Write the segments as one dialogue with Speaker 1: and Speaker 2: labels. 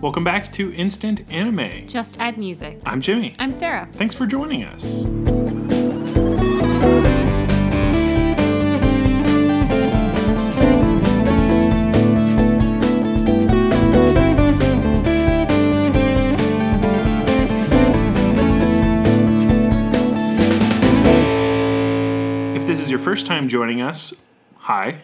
Speaker 1: Welcome back to Instant Anime.
Speaker 2: Just add music.
Speaker 1: I'm Jimmy.
Speaker 2: I'm Sarah.
Speaker 1: Thanks for joining us. If this is your first time joining us, hi.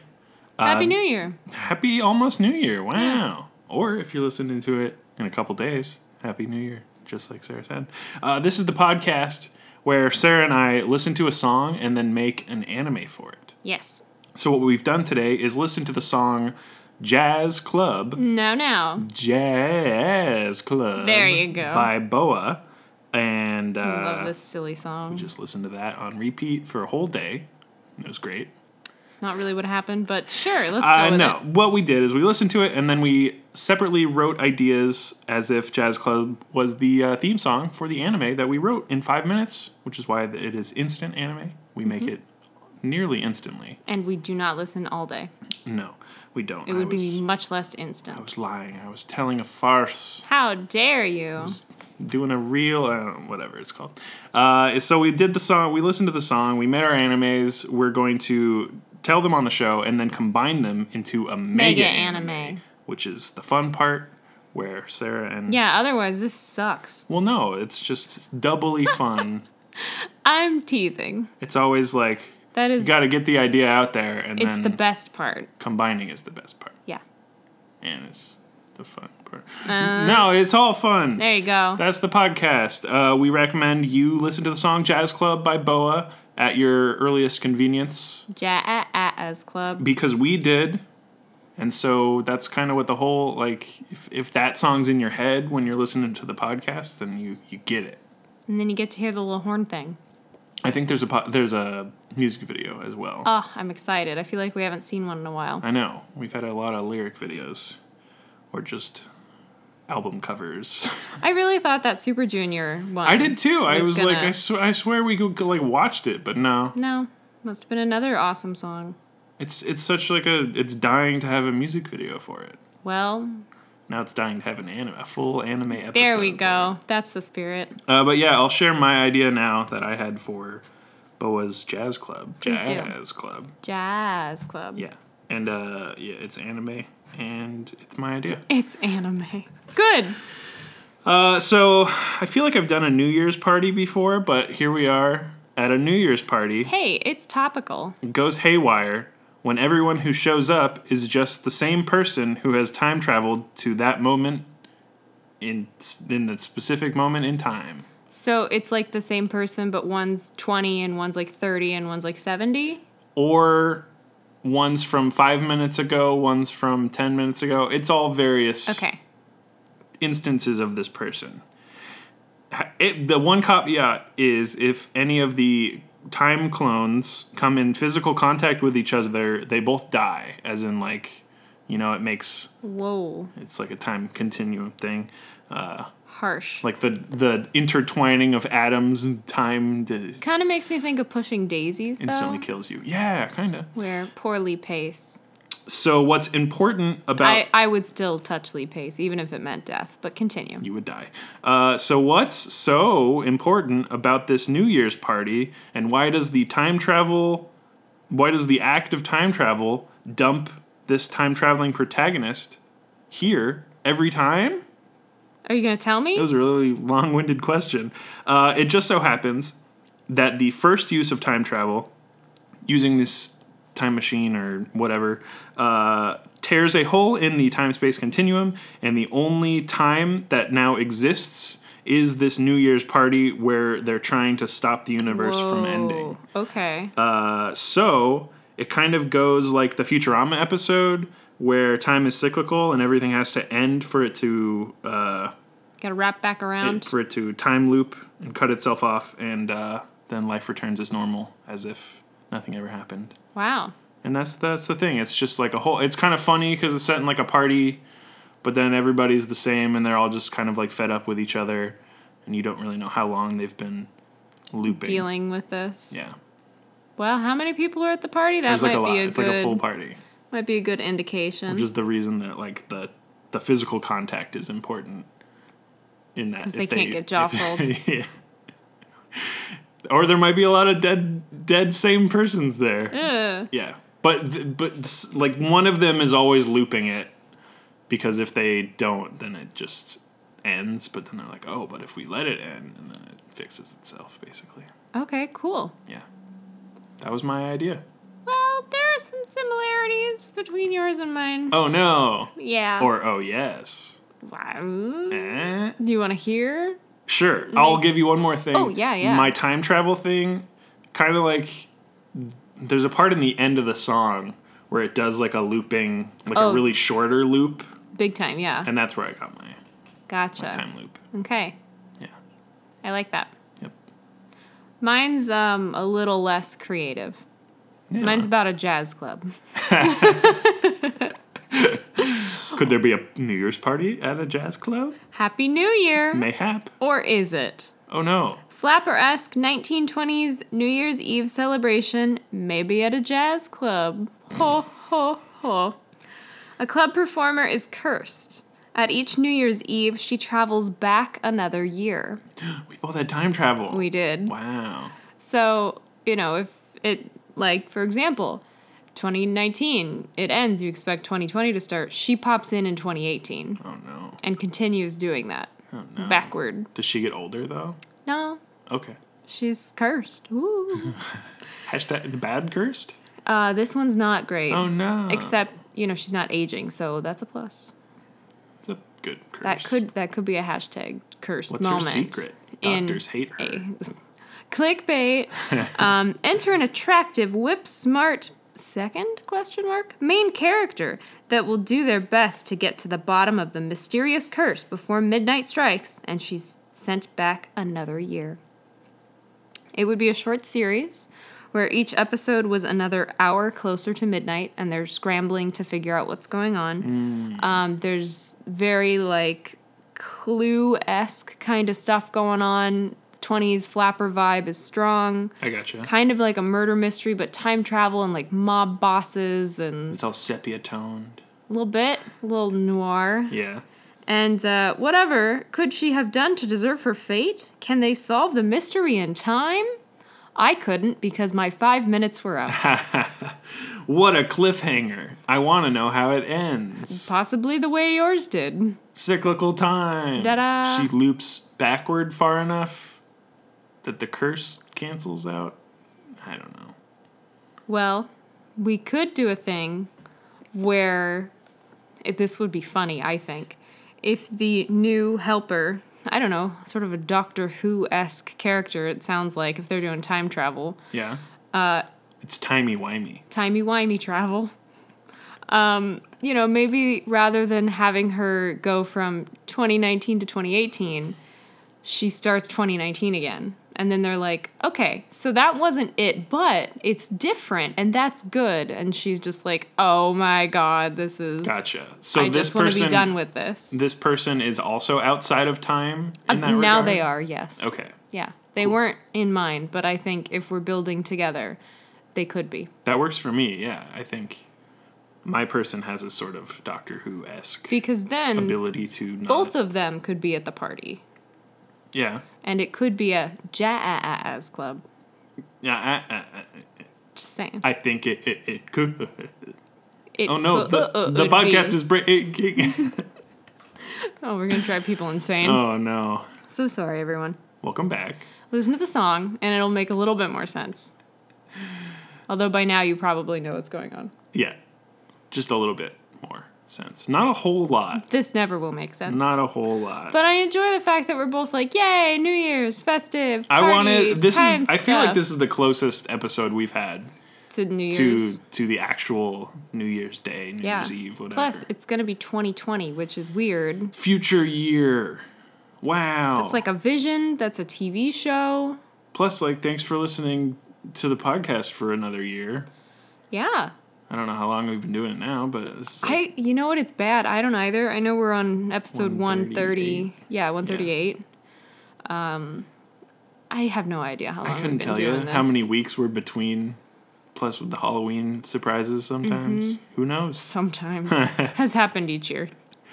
Speaker 2: Happy New Year.
Speaker 1: Happy almost New Year. Wow. Or if you're listening to it in a couple days, Happy New Year, just like Sarah said. Uh, this is the podcast where Sarah and I listen to a song and then make an anime for it.
Speaker 2: Yes.
Speaker 1: So, what we've done today is listen to the song Jazz Club.
Speaker 2: No, no.
Speaker 1: Jazz Club.
Speaker 2: There you go.
Speaker 1: By Boa. And uh,
Speaker 2: I love this silly song.
Speaker 1: just listen to that on repeat for a whole day. It was great.
Speaker 2: it's not really what happened, but sure, let's go
Speaker 1: Uh,
Speaker 2: with
Speaker 1: no.
Speaker 2: it.
Speaker 1: What we did is we listened to it and then we separately wrote ideas as if Jazz Club was the uh, theme song for the anime that we wrote in five minutes, which is why it is instant anime. We make
Speaker 2: Mm-hmm.
Speaker 1: it nearly instantly.
Speaker 2: And we do not listen all day.
Speaker 1: No, we don't.
Speaker 2: It
Speaker 1: I
Speaker 2: would
Speaker 1: was,
Speaker 2: be much less
Speaker 1: I
Speaker 2: instant.
Speaker 1: was lying. I was telling a farce,
Speaker 2: How dare you?
Speaker 1: doing a real, I don't know, whatever it's called. Uh, so we did the song, we listened to the song, we made our animes. We're going to tell them on the show and then combine them into a mega,
Speaker 2: Mega
Speaker 1: anime.
Speaker 2: anime.
Speaker 1: which is the fun part where Sarah and
Speaker 2: Yeah, otherwise this sucks.
Speaker 1: well no, it's just doubly fun.
Speaker 2: I'm teasing.
Speaker 1: It's always like
Speaker 2: That is
Speaker 1: you got to get the idea out there and
Speaker 2: it's
Speaker 1: then
Speaker 2: the best part.
Speaker 1: combining is the best part
Speaker 2: Yeah.
Speaker 1: and it's the fun part. no, it's all fun.
Speaker 2: Uh, There you go.
Speaker 1: That's the podcast. Uh, we recommend you listen to the song Jazz Club by Boa at your earliest convenience
Speaker 2: Jazz Club.
Speaker 1: because we did. And so that's kind of what the whole like if, if that song's in your head when you're listening to the podcast, then you you get it.
Speaker 2: And then you get to hear the little horn thing.
Speaker 1: I think there's a po- there's a music video as well.
Speaker 2: Oh, I'm excited. I feel like we haven't seen one in a while.
Speaker 1: I know we've had a lot of lyric videos, or just album covers.
Speaker 2: I really thought that Super Junior one.
Speaker 1: Uh, I did too. I
Speaker 2: was
Speaker 1: was like,
Speaker 2: gonna-
Speaker 1: I, sw- I swear we could, like watched it, but no,
Speaker 2: No, must have been another awesome song.
Speaker 1: it's it's such like a it's dying to have a music video for it.
Speaker 2: Well,
Speaker 1: Now it's dying to have an anime, a full anime episode.
Speaker 2: there we
Speaker 1: for
Speaker 2: go. That's the spirit.
Speaker 1: it. Uh, but yeah, I'll share my idea now that I had for Boa's Jazz Club.
Speaker 2: Please do.
Speaker 1: Jazz Club.
Speaker 2: Jazz Club.
Speaker 1: Yeah, and uh, yeah, it's anime, and it's my idea.
Speaker 2: It's anime. Good.
Speaker 1: Uh, so I feel like I've done a New Year's party before, but here we are at a New Year's party.
Speaker 2: Hey, it's topical.
Speaker 1: It goes haywire when everyone who shows up is just the same person who has time traveled to that moment in in that specific moment in time.
Speaker 2: So it's like the same person, but one's 20 and one's like 30 and one's like 70.
Speaker 1: Or one's from five minutes ago, one's from ten minutes ago. It's all various
Speaker 2: Okay.
Speaker 1: instances of this person. Ha- It, the one caveat is if any of the time clones come in physical contact with each other, they both die. As in, like, you know, it makes
Speaker 2: Whoa.
Speaker 1: it's like a time continuum thing. Uh,
Speaker 2: Harsh.
Speaker 1: like the the intertwining of atoms and time d-
Speaker 2: kind of makes me think of pushing daisies, though.
Speaker 1: instantly kills you. Yeah, kind of.
Speaker 2: Where poor Lee Pace.
Speaker 1: So what's important about
Speaker 2: I, I would still touch Lee Pace, even if it meant death, but continue.
Speaker 1: you would die. Uh, so, what's so important about this New Year's party, and why does the time travel, why does the act of time travel dump this time traveling protagonist here every time?
Speaker 2: Are you going to tell me?
Speaker 1: That was a really long winded question. Uh, it just so happens that the first use of time travel, using this time machine or whatever, uh, tears a hole in the time space continuum, and the only time that now exists is this New Year's party where they're trying to stop the universe from ending.
Speaker 2: Whoa. Okay.
Speaker 1: Uh, so it kind of goes like the Futurama episode where time is cyclical and everything has to end for it to. Uh,
Speaker 2: Got to wrap back around.
Speaker 1: it- for it to time loop and cut itself off, and uh, then life returns as normal, as if nothing ever happened.
Speaker 2: wow.
Speaker 1: And that's that's the thing. It's just like a whole. It's kind of funny because it's set in like a party, but then everybody's the same, and they're all just kind of like fed up with each other, and you don't really know how long they've been looping.
Speaker 2: Dealing with this.
Speaker 1: Yeah,
Speaker 2: Well, how many people are at the party? That
Speaker 1: there's like
Speaker 2: might
Speaker 1: a lot.
Speaker 2: be a
Speaker 1: it's
Speaker 2: good
Speaker 1: like a full party,
Speaker 2: might be a good indication.
Speaker 1: which is the reason that like the the physical contact is important in that.
Speaker 2: 'Cause
Speaker 1: if
Speaker 2: they can't get
Speaker 1: if-
Speaker 2: jostled.
Speaker 1: yeah. Or there might be a lot of dead, dead same persons there.
Speaker 2: Ugh.
Speaker 1: Yeah, but th- but s- like one of them is always looping it because if they don't, then it just ends. But then they're like, oh, but if we let it end, and then it fixes itself basically.
Speaker 2: Okay, cool.
Speaker 1: Yeah, that was my idea.
Speaker 2: Well, there are some similarities between yours and mine.
Speaker 1: Oh no,
Speaker 2: yeah.
Speaker 1: or oh yes.
Speaker 2: Wow.
Speaker 1: Eh?
Speaker 2: Do you want to hear?
Speaker 1: Sure, I'll give you one more thing.
Speaker 2: Oh, yeah, yeah.
Speaker 1: My time travel thing, kind of like there's a part in the end of the song where it does like a looping, like
Speaker 2: Oh.
Speaker 1: a really shorter loop,
Speaker 2: Big time, yeah.
Speaker 1: and that's where I got my
Speaker 2: Gotcha.
Speaker 1: time loop.
Speaker 2: Okay,
Speaker 1: Yeah.
Speaker 2: I like that.
Speaker 1: Yep.
Speaker 2: Mine's um a little less creative.
Speaker 1: Yeah.
Speaker 2: Mine's about a jazz club.
Speaker 1: Could there be a New Year's party at a jazz club?
Speaker 2: Happy New Year!
Speaker 1: Mayhap.
Speaker 2: Or is it?
Speaker 1: Oh no.
Speaker 2: Flapper esque 1920s New Year's Eve celebration, maybe at a jazz club. Ho, ho, ho. A club performer is cursed. At each New Year's Eve, she travels back another year.
Speaker 1: We both had time travel.
Speaker 2: We did.
Speaker 1: Wow.
Speaker 2: So, you know, if it, like, for example, 2019, it ends, you expect 2020 to start. She pops in in 2018
Speaker 1: Oh no.
Speaker 2: and continues doing that
Speaker 1: Oh no.
Speaker 2: backward.
Speaker 1: Does she get older though?
Speaker 2: No,
Speaker 1: Okay.
Speaker 2: she's cursed. Ooh.
Speaker 1: Hashtag bad cursed?
Speaker 2: Uh, this one's not great.
Speaker 1: Oh no.
Speaker 2: Except, you know, she's not aging, so that's a plus.
Speaker 1: It's a good curse.
Speaker 2: That could that could be a hashtag cursed
Speaker 1: What's her
Speaker 2: moment.
Speaker 1: secret?
Speaker 2: in
Speaker 1: Doctors hate her.
Speaker 2: a- clickbait. um, enter an attractive, whip smart second question mark main character that will do their best to get to the bottom of the mysterious curse before midnight strikes, and she's sent back another year. It would be a short series where each episode was another hour closer to midnight and they're scrambling to figure out what's going on. Um, there's very like clue esque kind of stuff going on. 20s flapper vibe is strong.
Speaker 1: I gotcha.
Speaker 2: Kind of like a murder mystery, but time travel and like mob bosses and
Speaker 1: It's all sepia toned.
Speaker 2: a little bit, a little noir.
Speaker 1: Yeah.
Speaker 2: And uh, whatever could she have done to deserve her fate? Can they solve the mystery in time? I couldn't because my five minutes were up.
Speaker 1: What a cliffhanger. I want to know how it ends.
Speaker 2: Possibly the way yours did.
Speaker 1: Cyclical time.
Speaker 2: Ta-da.
Speaker 1: She loops backward far enough that the curse cancels out. I don't know.
Speaker 2: Well, we could do a thing where if this would be funny, I think. If the new helper, I don't know, sort of a Doctor Who esque character, it sounds like, if they're doing time travel,
Speaker 1: Yeah. Uh, it's timey wimey.
Speaker 2: timey wimey travel. Um, you know, maybe rather than having her go from 2019 to 2018, she starts 2019 again. And then they're like, okay, so that wasn't it, but it's different and that's good. And she's just like, oh my God, this is.
Speaker 1: Gotcha. So
Speaker 2: I
Speaker 1: this
Speaker 2: just want to
Speaker 1: person,
Speaker 2: be done with this.
Speaker 1: this person is also outside of time. In that
Speaker 2: Uh, now
Speaker 1: regard?
Speaker 2: they are, yes.
Speaker 1: Okay,
Speaker 2: Yeah. They weren't in mind, but I think if we're building together, they could be.
Speaker 1: that works for me. Yeah, I think my person has a sort of Doctor Who esque
Speaker 2: Because then
Speaker 1: ability to not,
Speaker 2: both of them could be at the party.
Speaker 1: Yeah,
Speaker 2: and it could be a jazz club.
Speaker 1: yeah. I, I-
Speaker 2: Just saying.
Speaker 1: I, I think it, it it could.
Speaker 2: It
Speaker 1: Oh no,
Speaker 2: cou-
Speaker 1: the,
Speaker 2: uh, uh,
Speaker 1: the
Speaker 2: would
Speaker 1: podcast
Speaker 2: be-
Speaker 1: is breaking.
Speaker 2: Oh, we're gonna drive people insane.
Speaker 1: oh no.
Speaker 2: So sorry, everyone.
Speaker 1: Welcome back.
Speaker 2: Listen to the song, and it'll make a little bit more sense. Although by now you probably know what's going on.
Speaker 1: Yeah, just a little bit more sense. Not a whole lot.
Speaker 2: This never will make sense.
Speaker 1: Not a whole lot.
Speaker 2: but I enjoy the fact that we're both like, "Yay, New Year's, festive."
Speaker 1: I
Speaker 2: party,
Speaker 1: wanted this is
Speaker 2: time
Speaker 1: I feel like
Speaker 2: stuff,"
Speaker 1: this is the closest episode we've had
Speaker 2: to New
Speaker 1: to
Speaker 2: Year's.
Speaker 1: to the actual New Year's Day, New
Speaker 2: yeah.
Speaker 1: Year's Eve, whatever.
Speaker 2: Plus, it's gonna be 2020, which is weird.
Speaker 1: Future year. Wow.
Speaker 2: It's like a vision. That's a TV show.
Speaker 1: Plus like thanks for listening to the podcast for another year.
Speaker 2: Yeah.
Speaker 1: I don't know how long we've been doing it now, but it's like-
Speaker 2: I you know what it's bad. I don't either. I know we're on episode
Speaker 1: 138.
Speaker 2: 130. Yeah, 138. Um I have no idea how long
Speaker 1: I
Speaker 2: we've
Speaker 1: couldn't
Speaker 2: been
Speaker 1: tell you
Speaker 2: doing this.
Speaker 1: how many weeks were between plus with the
Speaker 2: Mm-hmm.
Speaker 1: Halloween surprises sometimes. Who knows?
Speaker 2: sometimes has happened each year.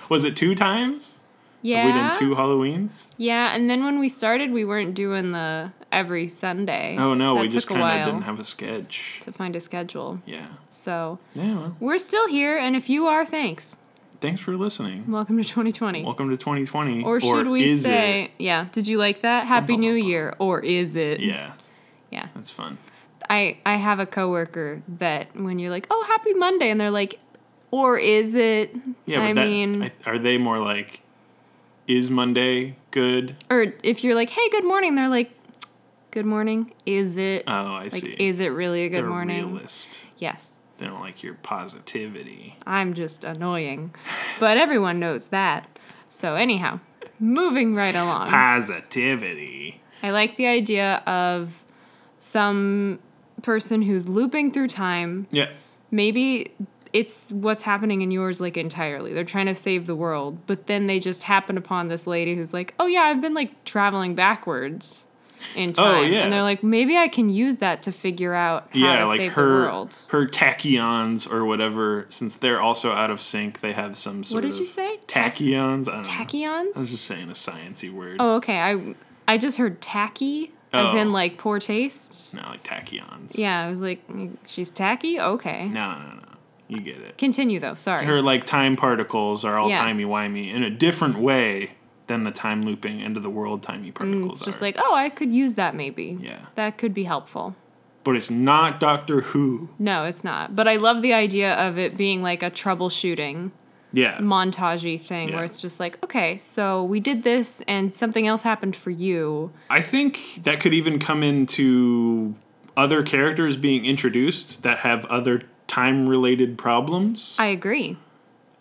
Speaker 1: Was it two times? Have
Speaker 2: Yeah.
Speaker 1: we done two Halloweens?
Speaker 2: Yeah, and then when we started, we weren't doing the every Sunday.
Speaker 1: Oh no,
Speaker 2: that
Speaker 1: we just
Speaker 2: took a
Speaker 1: kind of
Speaker 2: while
Speaker 1: didn't have a sketch.
Speaker 2: to find a schedule.
Speaker 1: Yeah.
Speaker 2: So
Speaker 1: Yeah. Well,
Speaker 2: we're still here, and if you are, thanks.
Speaker 1: thanks for listening.
Speaker 2: Welcome to 2020.
Speaker 1: Welcome to 2020.
Speaker 2: or should we
Speaker 1: is
Speaker 2: say, yeah? Did you like that? Happy New Year, or is it?
Speaker 1: It? Yeah,
Speaker 2: Yeah.
Speaker 1: that's fun.
Speaker 2: I I have a coworker that when you're like, oh, Happy Monday, and they're like, or is it?
Speaker 1: Yeah, but
Speaker 2: I
Speaker 1: that,
Speaker 2: mean,
Speaker 1: I, are they more like, is Monday good?
Speaker 2: or if you're like, hey, good morning, they're like, good morning. Is it?
Speaker 1: Oh, I
Speaker 2: like,
Speaker 1: see.
Speaker 2: is it really a good
Speaker 1: They're
Speaker 2: morning?
Speaker 1: realist.
Speaker 2: Yes.
Speaker 1: They don't like your positivity.
Speaker 2: I'm just annoying. But everyone knows that. So, anyhow, moving right along.
Speaker 1: Positivity.
Speaker 2: I like the idea of some person who's looping through time.
Speaker 1: Yeah.
Speaker 2: Maybe it's what's happening in yours, like entirely. They're trying to save the world, but then they just happen upon this lady who's like, oh, yeah, I've been like traveling backwards in time.
Speaker 1: Oh, yeah.
Speaker 2: And they're like, maybe I can use that to figure out how
Speaker 1: yeah,
Speaker 2: to
Speaker 1: like
Speaker 2: save
Speaker 1: her
Speaker 2: the world.
Speaker 1: her tachyons or whatever. Since they're also out of sync, they have some sort
Speaker 2: did
Speaker 1: of
Speaker 2: you say? Tach-
Speaker 1: Tachyons. I don't know.
Speaker 2: Tachyons?
Speaker 1: I was just saying a sciency word.
Speaker 2: Oh, okay. I I just heard tacky, as
Speaker 1: Oh.
Speaker 2: in like poor taste.
Speaker 1: No, like tachyons.
Speaker 2: Yeah, I was like, mm, she's tacky. Okay.
Speaker 1: No, no, no. You get it.
Speaker 2: Continue though. Sorry.
Speaker 1: Her like time particles are all
Speaker 2: Yeah.
Speaker 1: timey wimey in a different way than the time looping end of the world timey particles
Speaker 2: it's just
Speaker 1: are.
Speaker 2: like, oh, I could use that maybe.
Speaker 1: Yeah.
Speaker 2: That could be helpful.
Speaker 1: but it's not Doctor Who.
Speaker 2: No, it's not. But I love the idea of it being like a troubleshooting
Speaker 1: Yeah.
Speaker 2: montagey thing
Speaker 1: Yeah.
Speaker 2: where it's just like, okay, so we did this and something else happened for you.
Speaker 1: I think that could even come into other characters being introduced that have other time related problems.
Speaker 2: I agree.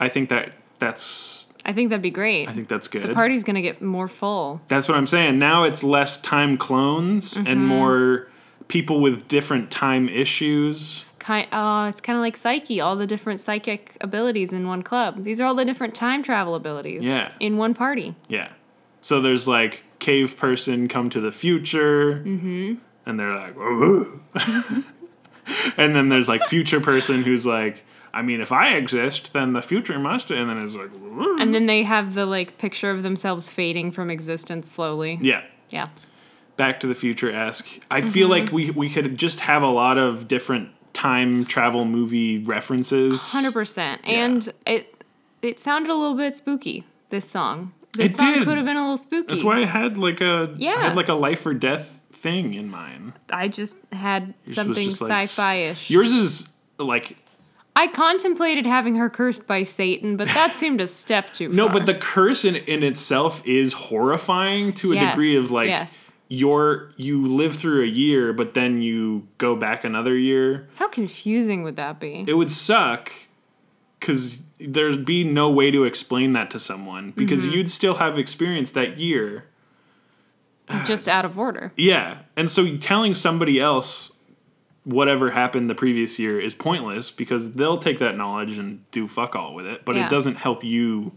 Speaker 1: I think that that's
Speaker 2: I think that'd be great.
Speaker 1: I think that's good.
Speaker 2: the party's gonna get more full.
Speaker 1: That's what I'm saying. Now it's less time clones and more people with different time issues.
Speaker 2: kind oh it's kind of like psyche all the different psychic abilities in one club these are all the different time travel abilities
Speaker 1: Yeah.
Speaker 2: in one party
Speaker 1: Yeah. So there's like cave person come to the future, mm-hmm. and they're like, "Ooh." and then there's like future person who's like, I mean, if I exist, then the future must, and then it's like, "Ooh."
Speaker 2: and then they have the like picture of themselves fading from existence slowly
Speaker 1: yeah.
Speaker 2: yeah
Speaker 1: Back to the Future esque. I feel
Speaker 2: Mm-hmm.
Speaker 1: like we we could just have a lot of different time travel movie references.
Speaker 2: 100% and it it sounded a little bit spooky this song this
Speaker 1: It
Speaker 2: song
Speaker 1: did.
Speaker 2: could have been a little spooky
Speaker 1: That's why I had like a I
Speaker 2: Yeah.
Speaker 1: had like a life or death thing in mine.
Speaker 2: i just had
Speaker 1: was
Speaker 2: something
Speaker 1: just, like,
Speaker 2: sci-fi-ish
Speaker 1: Yours is like
Speaker 2: i contemplated having her cursed by satan but that seemed a step too far
Speaker 1: No, but the curse in, in itself is horrifying to a
Speaker 2: Yes,
Speaker 1: degree of like
Speaker 2: yes
Speaker 1: you're you live through a year, but then you go back another year.
Speaker 2: how confusing would that be
Speaker 1: It would suck because there'd be no way to explain that to someone because you'd still have experience that year.
Speaker 2: just out of order
Speaker 1: Yeah, and so telling somebody else whatever happened the previous year is pointless because they'll take that knowledge and do fuck all with it, but
Speaker 2: Yeah.
Speaker 1: it doesn't help you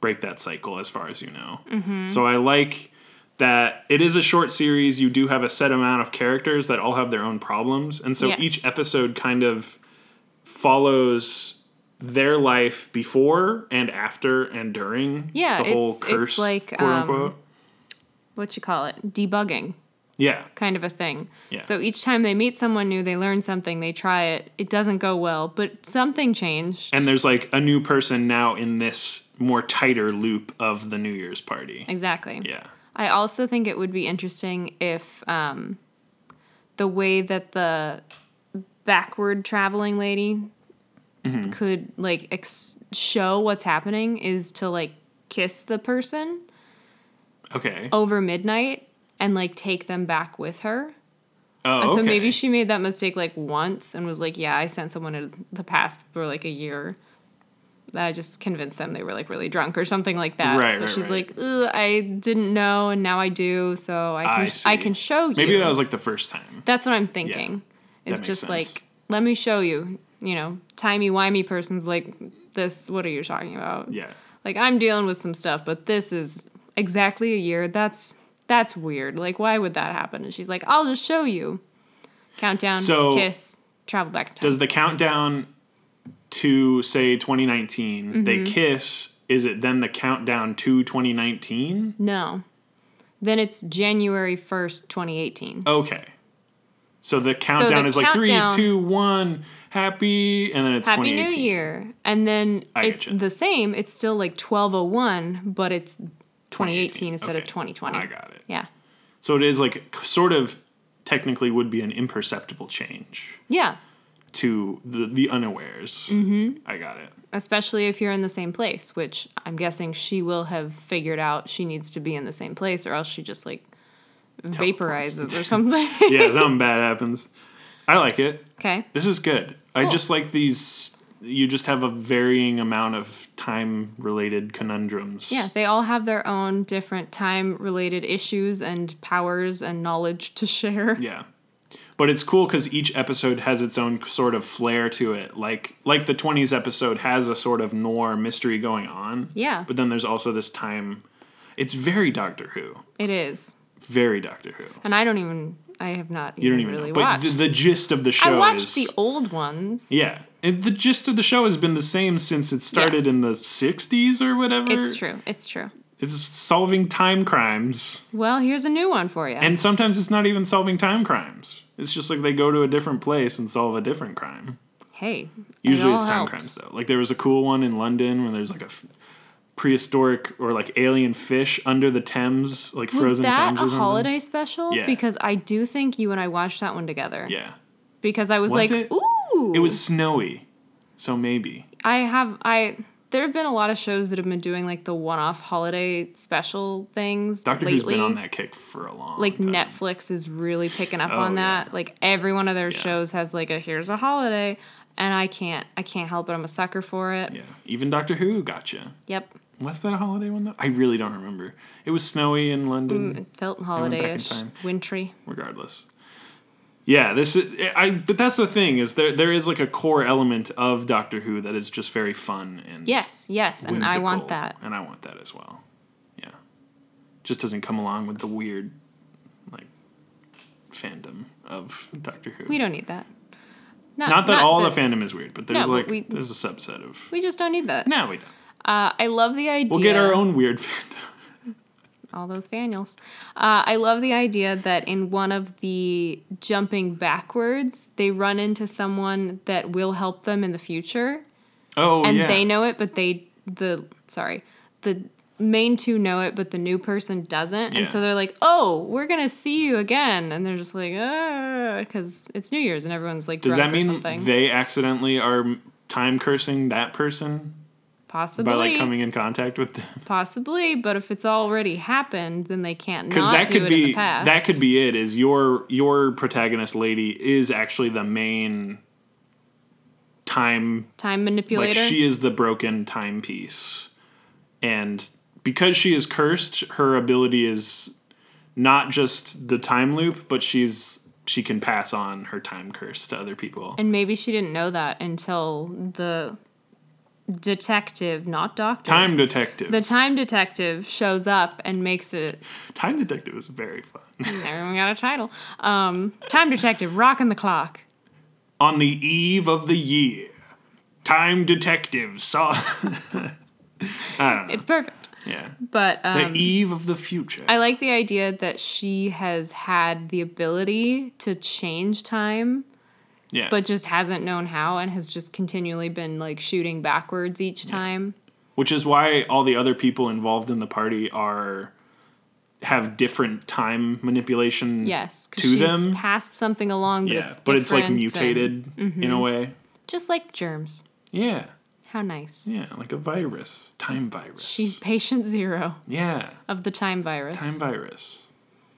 Speaker 1: break that cycle as far as you know.
Speaker 2: Mm-hmm.
Speaker 1: So I like that it is a short series. You do have a set amount of characters that all have their own problems, and so
Speaker 2: Yes.
Speaker 1: each episode kind of follows their life before and after and during
Speaker 2: Yeah,
Speaker 1: the whole
Speaker 2: it's- it's
Speaker 1: curse
Speaker 2: like,
Speaker 1: quote
Speaker 2: um,
Speaker 1: unquote.
Speaker 2: what you call it debugging
Speaker 1: Yeah.
Speaker 2: kind of a thing
Speaker 1: Yeah.
Speaker 2: so each time they meet someone new they learn something they try it it doesn't go well but something changed
Speaker 1: and there's like a new person now in this more tighter loop of the New Year's party.
Speaker 2: exactly
Speaker 1: Yeah.
Speaker 2: i also think it would be interesting if um, the way that the backward traveling lady could like ex- show what's happening is to like kiss the person
Speaker 1: Okay.
Speaker 2: over midnight and like take them back with her
Speaker 1: Oh,
Speaker 2: So
Speaker 1: okay.
Speaker 2: maybe she made that mistake like once and was like, "Yeah, I sent someone to the past for like a year." That I just convinced them they were like really drunk or something like that.
Speaker 1: Right,
Speaker 2: But
Speaker 1: right,
Speaker 2: she's
Speaker 1: right.
Speaker 2: like, Ugh, "I didn't know, and now I do, so I can
Speaker 1: I
Speaker 2: I,
Speaker 1: see.
Speaker 2: can show you."
Speaker 1: Maybe that was like the first time.
Speaker 2: That's what I'm thinking.
Speaker 1: that
Speaker 2: It's
Speaker 1: makes
Speaker 2: just
Speaker 1: sense.
Speaker 2: like, let me show you. You know, timey wimey person's like, "This, what are you talking about?"
Speaker 1: Yeah.
Speaker 2: Like I'm dealing with some stuff, but this is exactly a year. That's that's weird. Like why would that happen? And she's like, I'll just show you. Countdown,
Speaker 1: So-
Speaker 2: kiss, travel back in time. Mm-hmm.
Speaker 1: Does the countdown to say 2019 they kiss Is it then the countdown to 2019?
Speaker 2: No. Then it's January 1st, 2018.
Speaker 1: Okay. So the countdown is like
Speaker 2: countdown-
Speaker 1: three, two, one, happy, and then it's
Speaker 2: Happy New
Speaker 1: 2018.
Speaker 2: Year. And then
Speaker 1: I
Speaker 2: it's
Speaker 1: getcha.
Speaker 2: the same. It's still like 1201, but it's 2018 instead of
Speaker 1: Okay.
Speaker 2: 2020.
Speaker 1: I got it.
Speaker 2: Yeah.
Speaker 1: So it is like sort of technically would be an imperceptible change
Speaker 2: Yeah.
Speaker 1: to the, the unawares. Mm-hmm. I got it.
Speaker 2: Especially if you're in the same place, which I'm guessing she will have figured out she needs to be in the same place or else she just like vaporizes or something.
Speaker 1: Yeah, something bad happens. I like it.
Speaker 2: okay.
Speaker 1: This is good. I
Speaker 2: Cool.
Speaker 1: just like these. You just have a varying amount of time related conundrums.
Speaker 2: Yeah, they all have their own different time related issues and powers and knowledge to share.
Speaker 1: Yeah. But it's cool because each episode has its own sort of flair to it. Like like the 20s episode has a sort of noir mystery going on.
Speaker 2: Yeah.
Speaker 1: But then there's also this time. It's very Doctor Who.
Speaker 2: It is.
Speaker 1: Very Doctor Who.
Speaker 2: And I don't even, I have not even,
Speaker 1: You don't even
Speaker 2: really
Speaker 1: know.
Speaker 2: watched.
Speaker 1: But the, the gist of the show
Speaker 2: I watched
Speaker 1: is.
Speaker 2: the old ones.
Speaker 1: yeah. And the gist of the show has been the same since it started
Speaker 2: Yes.
Speaker 1: in the 60s or whatever.
Speaker 2: It's true. It's true.
Speaker 1: It's solving time crimes.
Speaker 2: Well, here's a new one for you.
Speaker 1: And sometimes it's not even solving time crimes. It's just like they go to a different place and solve a different crime.
Speaker 2: hey,
Speaker 1: Usually
Speaker 2: it all
Speaker 1: it's time
Speaker 2: helps.
Speaker 1: crimes though. Like there was a cool one in London when there's like a f- prehistoric or like alien fish under the Thames, like
Speaker 2: Was
Speaker 1: frozen
Speaker 2: that
Speaker 1: Thames. or
Speaker 2: a
Speaker 1: something.
Speaker 2: holiday special?
Speaker 1: Yeah.
Speaker 2: Because I do think you and I watched that one together.
Speaker 1: Yeah,
Speaker 2: Because I was,
Speaker 1: Was
Speaker 2: like,
Speaker 1: it?
Speaker 2: ooh.
Speaker 1: it was snowy, so maybe.
Speaker 2: I have I there have been a lot of shows that have been doing like the one-off holiday special things
Speaker 1: Doctor
Speaker 2: lately.
Speaker 1: Who's been on that kick for a long.
Speaker 2: Like
Speaker 1: time.
Speaker 2: Netflix is really picking up
Speaker 1: Oh,
Speaker 2: on that.
Speaker 1: yeah.
Speaker 2: Like every one of their shows has like a here's a holiday and I can't I can't help it. I'm a sucker for it.
Speaker 1: Yeah, even Doctor Who gotcha.
Speaker 2: Yep.
Speaker 1: Was that a holiday one though? I really don't remember. It was snowy in London.
Speaker 2: It
Speaker 1: went back
Speaker 2: felt
Speaker 1: in
Speaker 2: holiday-ish,
Speaker 1: time.
Speaker 2: wintry.
Speaker 1: regardless. Yeah, this is eh, I but that's the thing is there there is like a core element of Doctor Who that is just very fun and
Speaker 2: Yes, yes, and I want
Speaker 1: whimsical,
Speaker 2: that.
Speaker 1: And I want that as well. Yeah. Just doesn't come along with the weird like fandom of Doctor Who.
Speaker 2: We don't need that.
Speaker 1: not that all
Speaker 2: this.
Speaker 1: the fandom is weird, but there's
Speaker 2: No, but
Speaker 1: like
Speaker 2: we-
Speaker 1: there's a subset of
Speaker 2: We just don't need that.
Speaker 1: No, we don't.
Speaker 2: Uh, I love the idea.
Speaker 1: We'll get our own weird fandom.
Speaker 2: all those faniels. Uh, I love the idea that in one of the jumping backwards, they run into someone that will help them in the future,
Speaker 1: Oh
Speaker 2: and
Speaker 1: yeah.
Speaker 2: they know it, but they the sorry the main two know it, but the new person doesn't,
Speaker 1: Yeah.
Speaker 2: and so they're like, "Oh, we're gonna see you again," and they're just like, "Ah," because it's New Year's and everyone's like
Speaker 1: Does
Speaker 2: drunk
Speaker 1: that
Speaker 2: or
Speaker 1: mean
Speaker 2: something.
Speaker 1: they accidentally are time cursing that person
Speaker 2: possibly,
Speaker 1: by like coming in contact with them?
Speaker 2: possibly, but if it's already happened, then they can't
Speaker 1: because
Speaker 2: not
Speaker 1: that
Speaker 2: do
Speaker 1: could
Speaker 2: it
Speaker 1: be
Speaker 2: in the past.
Speaker 1: that could be it is your your protagonist lady is actually the main time
Speaker 2: time
Speaker 1: like
Speaker 2: manipulator.
Speaker 1: she is the broken timepiece and because she is cursed her ability is not just the time loop but she's she can pass on her time curse to other people
Speaker 2: And maybe she didn't know that until the detective, not doctor.
Speaker 1: time detective
Speaker 2: The time detective shows up and makes it. "Hmm,
Speaker 1: time detective is very fun
Speaker 2: Everyone got a title. Um, time detective, rocking the clock.
Speaker 1: on the eve of the year time detective saw i don't know
Speaker 2: It's perfect.
Speaker 1: yeah
Speaker 2: But
Speaker 1: The
Speaker 2: um,
Speaker 1: eve of the future.
Speaker 2: I like the idea that she has had the ability to change time,
Speaker 1: yeah.
Speaker 2: but just hasn't known how and has just continually been like shooting backwards each time.
Speaker 1: Which is why all the other people involved in the party are have different time manipulation
Speaker 2: Yes, 'cause
Speaker 1: to
Speaker 2: she's
Speaker 1: them.
Speaker 2: passed something along, but
Speaker 1: yeah.
Speaker 2: it's
Speaker 1: but it's like
Speaker 2: different and- Mm-hmm.
Speaker 1: mutated in a way.
Speaker 2: just like germs.
Speaker 1: Yeah.
Speaker 2: How nice.
Speaker 1: Yeah, like a virus. Time virus.
Speaker 2: She's patient zero
Speaker 1: Yeah.
Speaker 2: of the time virus.
Speaker 1: Time virus.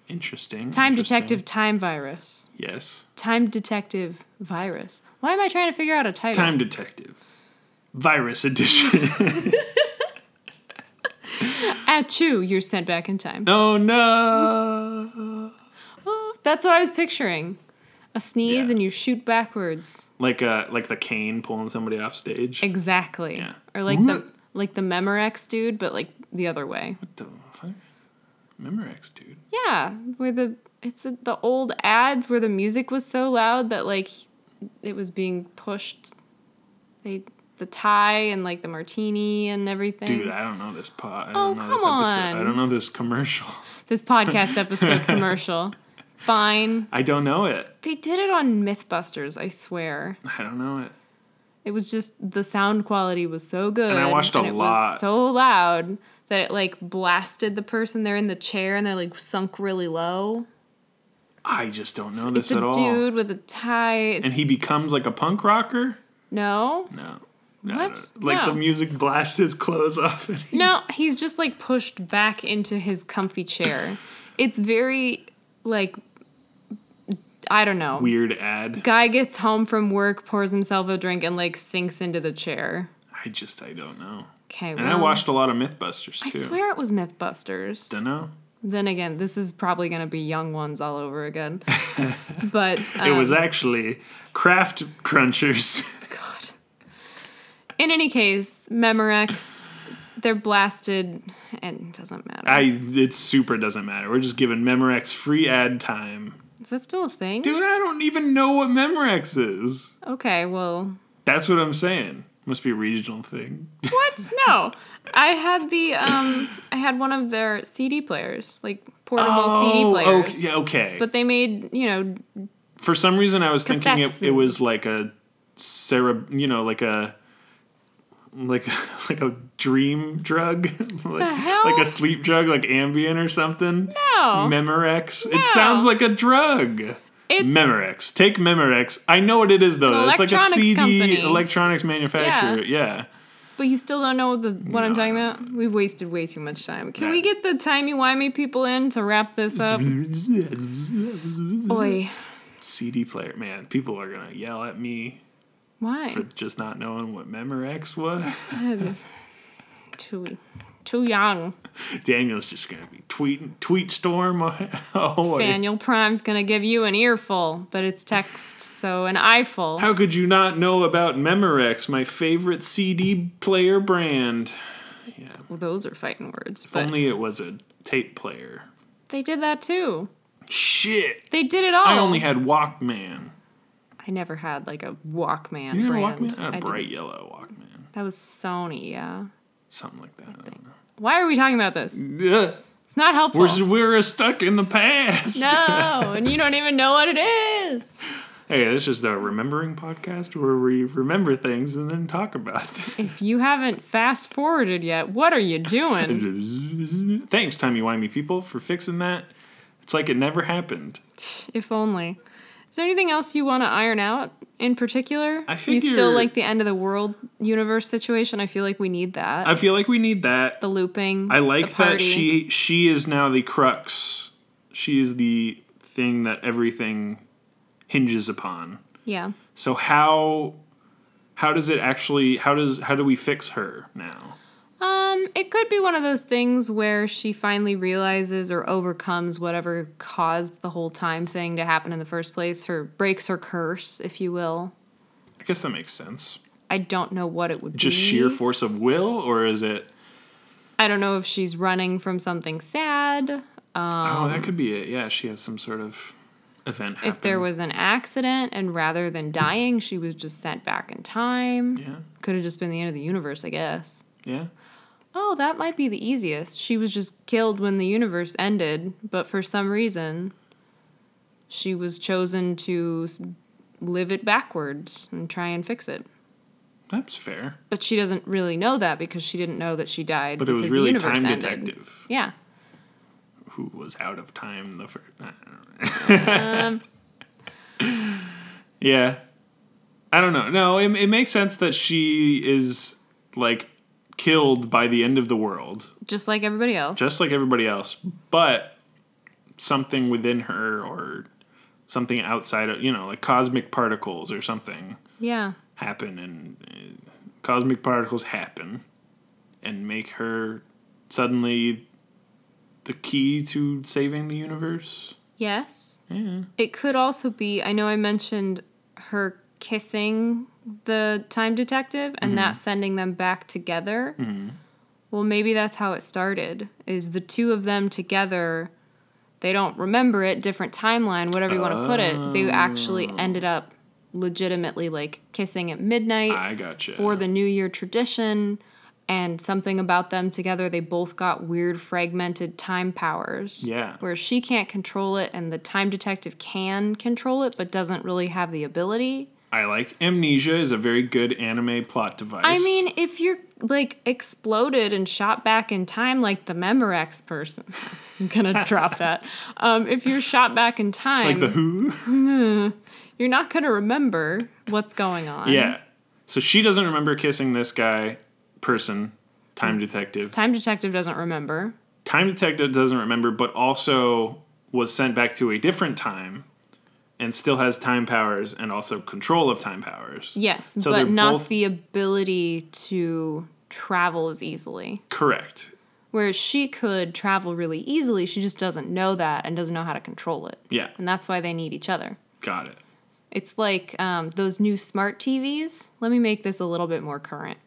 Speaker 1: Interesting.
Speaker 2: Time
Speaker 1: interesting.
Speaker 2: detective time virus.
Speaker 1: Yes.
Speaker 2: Time detective virus. Why am I trying to figure out a title?
Speaker 1: Time detective. Virus edition.
Speaker 2: At you, you're sent back in time.
Speaker 1: oh no.
Speaker 2: Oh, that's what I was picturing. A sneeze
Speaker 1: Yeah.
Speaker 2: and you shoot backwards.
Speaker 1: Like uh like the cane pulling somebody off stage.
Speaker 2: Exactly.
Speaker 1: Yeah.
Speaker 2: Or like the like the Memorex dude, but like the other way.
Speaker 1: What the fuck? Memorex dude.
Speaker 2: Yeah, where the it's a, the old ads where the music was so loud that like it was being pushed. They the tie and like the martini and everything.
Speaker 1: Dude, I don't know this pot. I
Speaker 2: Oh,
Speaker 1: don't know
Speaker 2: come
Speaker 1: this episode. I
Speaker 2: on.
Speaker 1: don't know this commercial.
Speaker 2: This podcast episode commercial. Fine.
Speaker 1: I don't know it.
Speaker 2: They did it on Mythbusters, I swear.
Speaker 1: I don't know it.
Speaker 2: It was just the sound quality was so good.
Speaker 1: I watched a
Speaker 2: it
Speaker 1: lot.
Speaker 2: Was so loud that it like blasted the person. They're in the chair and they're like sunk really low.
Speaker 1: I just don't know this
Speaker 2: it's
Speaker 1: at
Speaker 2: a
Speaker 1: all.
Speaker 2: dude with a tie. It's,
Speaker 1: And he becomes like a punk rocker?
Speaker 2: no,
Speaker 1: No. No,
Speaker 2: What?
Speaker 1: no. Like
Speaker 2: No.
Speaker 1: the music blasts his clothes off. And he-
Speaker 2: no, he's just like pushed back into his comfy chair. It's very like I don't know.
Speaker 1: Weird ad.
Speaker 2: Guy gets home from work, pours himself a drink, and like sinks into the chair.
Speaker 1: I just, I don't know.
Speaker 2: Okay,
Speaker 1: And I watched a lot of Mythbusters too.
Speaker 2: I swear it was MythBusters.
Speaker 1: Dunno.
Speaker 2: Then again, this is probably going to be young ones all over again. but
Speaker 1: It
Speaker 2: um,
Speaker 1: was actually Kraft Crunchers.
Speaker 2: God. In any case, Memorex, they're blasted, and it doesn't matter.
Speaker 1: I it super doesn't matter. We're just giving Memorex free ad time.
Speaker 2: is that still a thing?
Speaker 1: Dude, I don't even know what Memorex is.
Speaker 2: Okay, well,
Speaker 1: That's what I'm saying. Must be a regional thing.
Speaker 2: what? No, I had the um, I had one of their CD players, like portable CD Oh, players.
Speaker 1: Oh, okay. yeah, okay.
Speaker 2: But they made, you know,
Speaker 1: For some reason, I was thinking
Speaker 2: Cassettes
Speaker 1: it, it
Speaker 2: and-
Speaker 1: was like a Sarah, you know, like a like like a dream drug, like,
Speaker 2: hell?
Speaker 1: like a sleep drug, like Ambien or something.
Speaker 2: no,
Speaker 1: Memorex. It sounds like a drug.
Speaker 2: it's
Speaker 1: Memorex. Take Memorex. I know what it is though.
Speaker 2: an
Speaker 1: It's, like a
Speaker 2: electronics
Speaker 1: CD
Speaker 2: company.
Speaker 1: electronics manufacturer. Yeah.
Speaker 2: But you still don't know the, what I'm
Speaker 1: No,
Speaker 2: talking
Speaker 1: I
Speaker 2: about? We've wasted way too much time. Can
Speaker 1: Yeah.
Speaker 2: we get the timey-wimey people in to wrap this up? Boy,
Speaker 1: CD player. Man, people are gonna yell at me
Speaker 2: why?
Speaker 1: for just not knowing what Memorex was.
Speaker 2: Too, too young.
Speaker 1: Daniel's just gonna be tweeting tweet storm. Oh,
Speaker 2: Daniel Prime's gonna give you an earful, but it's text, so an eyeful.
Speaker 1: how could you not know about Memorex, my favorite CD player brand?
Speaker 2: Well, those are fighting words,
Speaker 1: If
Speaker 2: but
Speaker 1: only it was a tape player.
Speaker 2: they did that too.
Speaker 1: Shit!
Speaker 2: They did it all.
Speaker 1: I only had Walkman.
Speaker 2: I never had like a Walkman
Speaker 1: You remember
Speaker 2: brand.
Speaker 1: Walkman? I had a
Speaker 2: I didn't.
Speaker 1: bright yellow Walkman,
Speaker 2: That was Sony, yeah.
Speaker 1: something like that. I don't know.
Speaker 2: Why are we talking about this?
Speaker 1: Ugh.
Speaker 2: It's not helpful.
Speaker 1: We're we're stuck in the past.
Speaker 2: no, and you don't even know what it is.
Speaker 1: Hey, this is the remembering podcast where we remember things and then talk about
Speaker 2: If you haven't fast forwarded yet, what are you doing?
Speaker 1: them. Thanks, Timey Wimey people, for fixing that. It's like it never happened.
Speaker 2: if only. Is there anything else you want to iron out in particular?
Speaker 1: I
Speaker 2: You still
Speaker 1: figure-
Speaker 2: like the end of the world universe situation? I feel like we need that.
Speaker 1: I feel like we need that.
Speaker 2: the looping.
Speaker 1: I
Speaker 2: the
Speaker 1: like that
Speaker 2: party.
Speaker 1: she she is now the crux. She is the thing that everything hinges upon.
Speaker 2: Yeah.
Speaker 1: So how how does it actually how does how do we fix her now?
Speaker 2: Um, it could be one of those things where she finally realizes or overcomes whatever caused the whole time thing to happen in the first place, her breaks her curse, if you will.
Speaker 1: I guess that makes sense.
Speaker 2: I don't know what it would
Speaker 1: Just
Speaker 2: be.
Speaker 1: sheer force of will or is it
Speaker 2: I don't know if she's running from something sad.
Speaker 1: Oh, that could be it. Yeah, she has some sort of event happen.
Speaker 2: Um, If there was an accident and rather than dying, she was just sent back in time.
Speaker 1: Yeah.
Speaker 2: Could have just been the end of the universe, I guess.
Speaker 1: Yeah.
Speaker 2: Oh, that might be the easiest. She was just killed when the universe ended, but for some reason, she was chosen to s- live it backwards and try and fix it.
Speaker 1: That's fair.
Speaker 2: But she doesn't really know that because she didn't know that she died.
Speaker 1: But it
Speaker 2: because
Speaker 1: was
Speaker 2: the
Speaker 1: really
Speaker 2: universe
Speaker 1: Time
Speaker 2: ended.
Speaker 1: Detective
Speaker 2: Yeah.
Speaker 1: who was out of time the first. I don't
Speaker 2: Um,
Speaker 1: know. yeah. I don't know. No, it, it makes sense that she is like killed by the end of the world,
Speaker 2: Just like everybody else.
Speaker 1: just like everybody else. But something within her or something outside of, you know, like cosmic particles or something
Speaker 2: yeah.
Speaker 1: happen and uh, cosmic particles happen and make her suddenly the key to saving the universe.
Speaker 2: Yes.
Speaker 1: Yeah.
Speaker 2: It could also be I know I mentioned her kissing the time detective and
Speaker 1: Mm-hmm.
Speaker 2: that sending them back together. Well, maybe that's how it started. Is the two of them together
Speaker 1: Oh.
Speaker 2: they don't remember it, different timeline, whatever you want to put it. They actually ended up legitimately like kissing at midnight
Speaker 1: I gotcha.
Speaker 2: for the New Year tradition and something about them together. They both got weird fragmented time powers.
Speaker 1: Yeah.
Speaker 2: Where she can't control it and the time detective can control it but doesn't really have the ability.
Speaker 1: I like amnesia is a very good anime plot device.
Speaker 2: I mean, if you're like exploded and shot back in time like the Memorex person, I'm gonna drop that. Um, if you're shot back in time,
Speaker 1: like the who?
Speaker 2: you're not gonna remember what's going on.
Speaker 1: Yeah. So she doesn't remember kissing this guy, person, time detective.
Speaker 2: Time detective doesn't remember.
Speaker 1: Time detective doesn't remember, but also was sent back to a different time and still has time powers and also control of time powers.
Speaker 2: Yes,
Speaker 1: So they're
Speaker 2: but not
Speaker 1: both-
Speaker 2: the ability to travel as easily.
Speaker 1: Correct.
Speaker 2: Whereas she could travel really easily, she just doesn't know that and doesn't know how to control it.
Speaker 1: Yeah.
Speaker 2: And that's why they need each other.
Speaker 1: Got it.
Speaker 2: It's like um, those new smart TVs. Let me make this a little bit more current.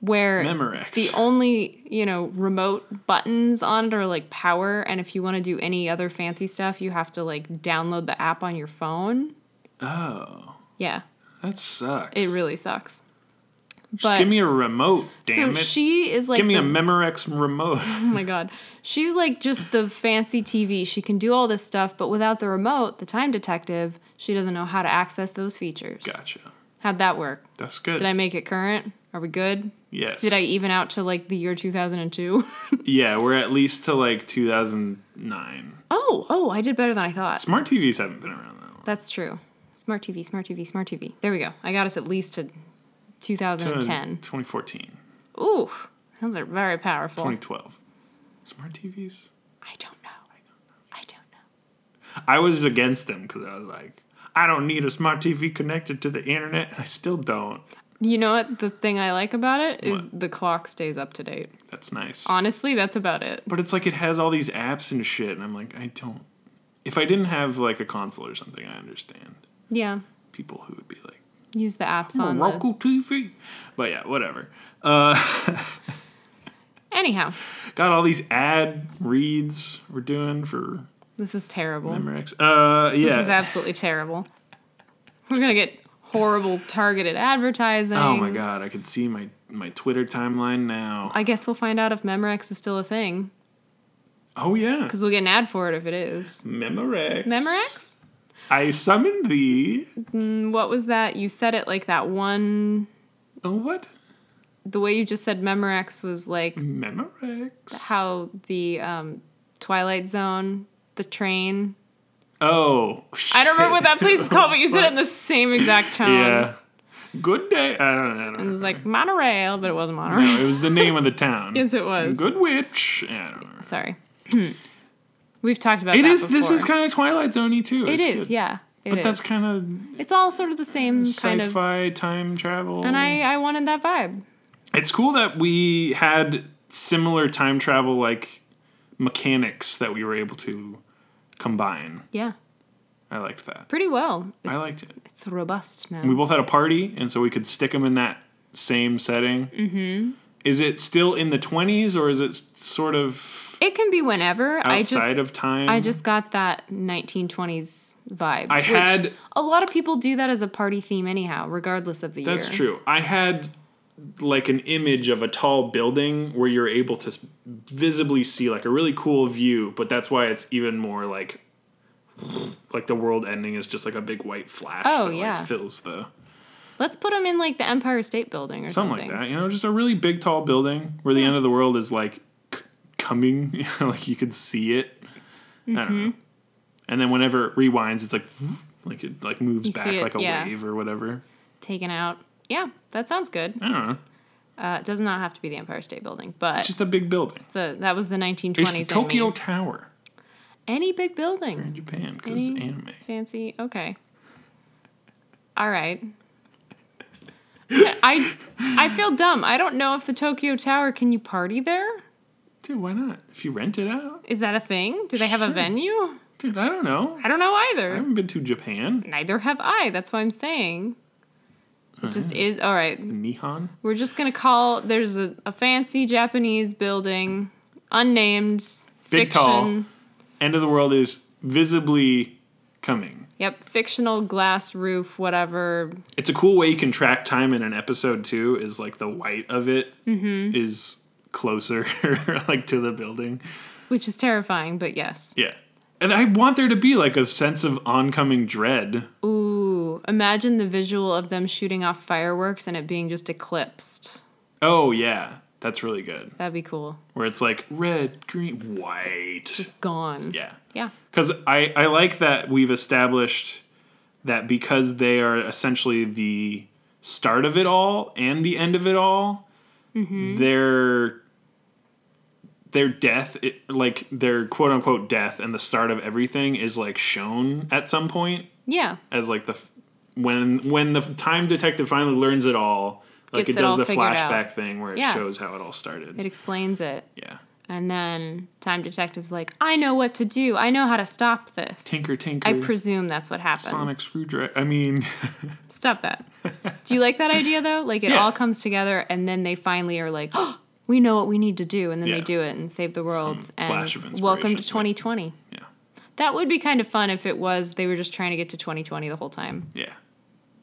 Speaker 2: Where
Speaker 1: Memorex.
Speaker 2: the only, you know, remote buttons on it are like power. And if you want to do any other fancy stuff, you have to like download the app on your phone.
Speaker 1: oh,
Speaker 2: Yeah,
Speaker 1: that sucks.
Speaker 2: it really sucks. But
Speaker 1: Just give me a remote, damn
Speaker 2: so
Speaker 1: it.
Speaker 2: she is like
Speaker 1: give me
Speaker 2: the,
Speaker 1: a Memorex remote.
Speaker 2: oh my god she's like just the fancy tv she can do all this stuff but without the remote the time detective she doesn't know how to access those features
Speaker 1: gotcha.
Speaker 2: how'd that work
Speaker 1: That's good.
Speaker 2: did i make it current are we good
Speaker 1: yes.
Speaker 2: did i even out to like the year 2002
Speaker 1: Yeah, we're at least to like 2009.
Speaker 2: oh oh i did better than i thought
Speaker 1: Smart TVs haven't been around that long.
Speaker 2: that's true smart tv smart tv smart tv there we go i got us at least to 2010
Speaker 1: 2014.
Speaker 2: ooh those are very powerful
Speaker 1: 2012. Smart TVs?
Speaker 2: i don't know i don't know
Speaker 1: I was against them because I was like, I don't need a smart TV connected to the internet. and I still don't.
Speaker 2: You know what the thing I like about it is
Speaker 1: What?
Speaker 2: the clock stays up to date.
Speaker 1: That's nice.
Speaker 2: Honestly, that's about it.
Speaker 1: but it's like it has all these apps and shit, and I'm like, I don't. If I didn't have like a console or something, I understand
Speaker 2: Yeah.
Speaker 1: people who would be like,
Speaker 2: Use the apps
Speaker 1: a
Speaker 2: on the...
Speaker 1: Roku TV. But yeah, whatever. Uh,
Speaker 2: Anyhow,
Speaker 1: got all these ad reads we're doing for
Speaker 2: this is terrible.
Speaker 1: Memorex. Uh, yeah.
Speaker 2: This is absolutely terrible. We're going to get horrible targeted advertising.
Speaker 1: Oh my god, I can see my my Twitter timeline now.
Speaker 2: I guess we'll find out if Memorex is still a thing
Speaker 1: oh yeah,
Speaker 2: because we'll get an ad for it if it is.
Speaker 1: Memorex.
Speaker 2: Memorex?
Speaker 1: I summoned thee.
Speaker 2: Mm, What was that? You said it like that one.
Speaker 1: Oh what?
Speaker 2: The way you just said Memorex was like
Speaker 1: Mm. Memorex.
Speaker 2: how the um, Twilight Zone, the train,
Speaker 1: Oh.
Speaker 2: I don't remember what
Speaker 1: shit.
Speaker 2: that place is called, but you said it in the same exact tone.
Speaker 1: yeah. Good day. I don't. I don't
Speaker 2: It was
Speaker 1: remember.
Speaker 2: like monorail, but it wasn't monorail.
Speaker 1: No, it was the name of the town.
Speaker 2: yes, it was.
Speaker 1: Good witch. Yeah, I don't remember.
Speaker 2: Sorry. We've talked about
Speaker 1: It
Speaker 2: that
Speaker 1: is. This
Speaker 2: before.
Speaker 1: is kind of Twilight Zoney too.
Speaker 2: It
Speaker 1: It's
Speaker 2: is,
Speaker 1: good.
Speaker 2: yeah. It
Speaker 1: But that's
Speaker 2: is.
Speaker 1: kind
Speaker 2: It's all sort of the same
Speaker 1: of
Speaker 2: kind of.
Speaker 1: sci-fi time travel.
Speaker 2: And I, I wanted that vibe.
Speaker 1: It's cool that we had similar time travel like mechanics that we were able to combine.
Speaker 2: Yeah,
Speaker 1: I liked that.
Speaker 2: pretty well. It's,
Speaker 1: I liked it.
Speaker 2: It's robust now.
Speaker 1: We both had a party, and so we could stick them in that same setting. Mm-hmm. Is it still in the twenties, or is it sort of
Speaker 2: it can be whenever. I just
Speaker 1: outside of time?
Speaker 2: I just got that 1920s vibe.
Speaker 1: I
Speaker 2: which
Speaker 1: had-
Speaker 2: a lot of people do that as a party theme anyhow, regardless of the year.
Speaker 1: that's true. I had like an image of a tall building where you're able to s- visibly see like a really cool view, but that's why it's even more like like the world ending is just like a big white flash.
Speaker 2: Oh,
Speaker 1: that, like,
Speaker 2: yeah.
Speaker 1: fills the
Speaker 2: Let's put them in like the Empire State Building or
Speaker 1: something
Speaker 2: something.
Speaker 1: like that. You know, just a really big tall building where the end of the world is like c- coming, you know, like you can see it. I
Speaker 2: Mm-hmm.
Speaker 1: don't know. And then whenever it rewinds, it's like like it like moves
Speaker 2: You
Speaker 1: back
Speaker 2: see it,
Speaker 1: like a
Speaker 2: yeah.
Speaker 1: wave or whatever.
Speaker 2: Taken out. Yeah, that sounds good.
Speaker 1: I don't know.
Speaker 2: Uh, it does not have to be the Empire State Building, but
Speaker 1: Just a big building.
Speaker 2: the that was the 1920s.
Speaker 1: It's the
Speaker 2: in
Speaker 1: Tokyo
Speaker 2: me.
Speaker 1: Tower
Speaker 2: Any big
Speaker 1: in
Speaker 2: building,
Speaker 1: Japan because it's
Speaker 2: Any-
Speaker 1: anime.
Speaker 2: fancy. Okay. All right. I I feel dumb. I don't know if the Tokyo Tower can you party there?
Speaker 1: Dude, why not? If you rent it out,
Speaker 2: Is that a thing? Do they have a
Speaker 1: Sure.
Speaker 2: venue?
Speaker 1: dude, I don't know.
Speaker 2: I don't know either.
Speaker 1: I haven't been to Japan.
Speaker 2: Neither have I. That's why I'm saying. It just
Speaker 1: Uh-huh.
Speaker 2: is all right.
Speaker 1: Nihon.
Speaker 2: We're just gonna call. There's a, a fancy Japanese building, unnamed,
Speaker 1: Big
Speaker 2: fiction.
Speaker 1: tall. End of the world is visibly coming.
Speaker 2: Yep, fictional glass roof, whatever.
Speaker 1: It's a cool way you can track time in an episode too. Is like the white of it is closer, like to the building.
Speaker 2: Which is terrifying, but yes.
Speaker 1: Yeah, and I want there to be like a sense of oncoming dread.
Speaker 2: Ooh, imagine the visual of them shooting off fireworks and it being just eclipsed.
Speaker 1: Oh yeah, that's really good.
Speaker 2: That'd be cool.
Speaker 1: Where it's like red, green, white.
Speaker 2: Just gone.
Speaker 1: yeah.
Speaker 2: Yeah.
Speaker 1: Because I, I like that we've established that because they are essentially the start of it all and the end of it all,
Speaker 2: Mm-hmm.
Speaker 1: their their death, it, like their quote unquote death and the start of everything, is like shown at some point
Speaker 2: Yeah.
Speaker 1: as like the f- when when the time detective finally learns it all, like
Speaker 2: Gets
Speaker 1: it
Speaker 2: it
Speaker 1: does
Speaker 2: all
Speaker 1: the
Speaker 2: figured
Speaker 1: flashback
Speaker 2: out.
Speaker 1: thing where it
Speaker 2: Yeah.
Speaker 1: shows how it all started.
Speaker 2: It explains it.
Speaker 1: yeah,
Speaker 2: And then Time Detective's like, I know what to do. I know how to stop this.
Speaker 1: tinker tinker.
Speaker 2: I presume that's what happens.
Speaker 1: Sonic screwdriver. I mean.
Speaker 2: Stop that. do you like that idea though? Like it
Speaker 1: Yeah.
Speaker 2: all comes together and then they finally are like, oh, we know what we need to do. And then
Speaker 1: Yeah.
Speaker 2: they do it and save the world.
Speaker 1: Some
Speaker 2: and
Speaker 1: flash of
Speaker 2: welcome to
Speaker 1: inspiration,
Speaker 2: 2020.
Speaker 1: Yeah.
Speaker 2: That would be kind of fun if it was they were just trying to get to 2020 the whole time.
Speaker 1: Yeah.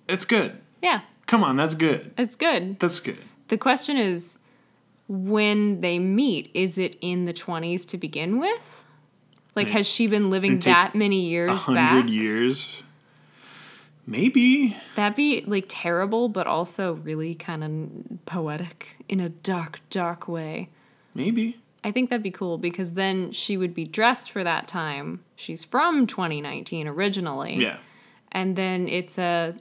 Speaker 1: It's good.
Speaker 2: Yeah,
Speaker 1: Come on, that's good.
Speaker 2: it's good.
Speaker 1: That's good.
Speaker 2: The question is when they meet, is it in the 20s to begin with? Like,
Speaker 1: Right.
Speaker 2: has she been living
Speaker 1: Hmm. It takes
Speaker 2: that many
Speaker 1: A
Speaker 2: years back?
Speaker 1: hundred years. Maybe.
Speaker 2: That'd be like terrible, but also really kind of poetic in a dark, dark way.
Speaker 1: Maybe.
Speaker 2: I think that'd be cool because then she would be dressed for that time. She's from 2019 originally.
Speaker 1: Yeah.
Speaker 2: And then it's a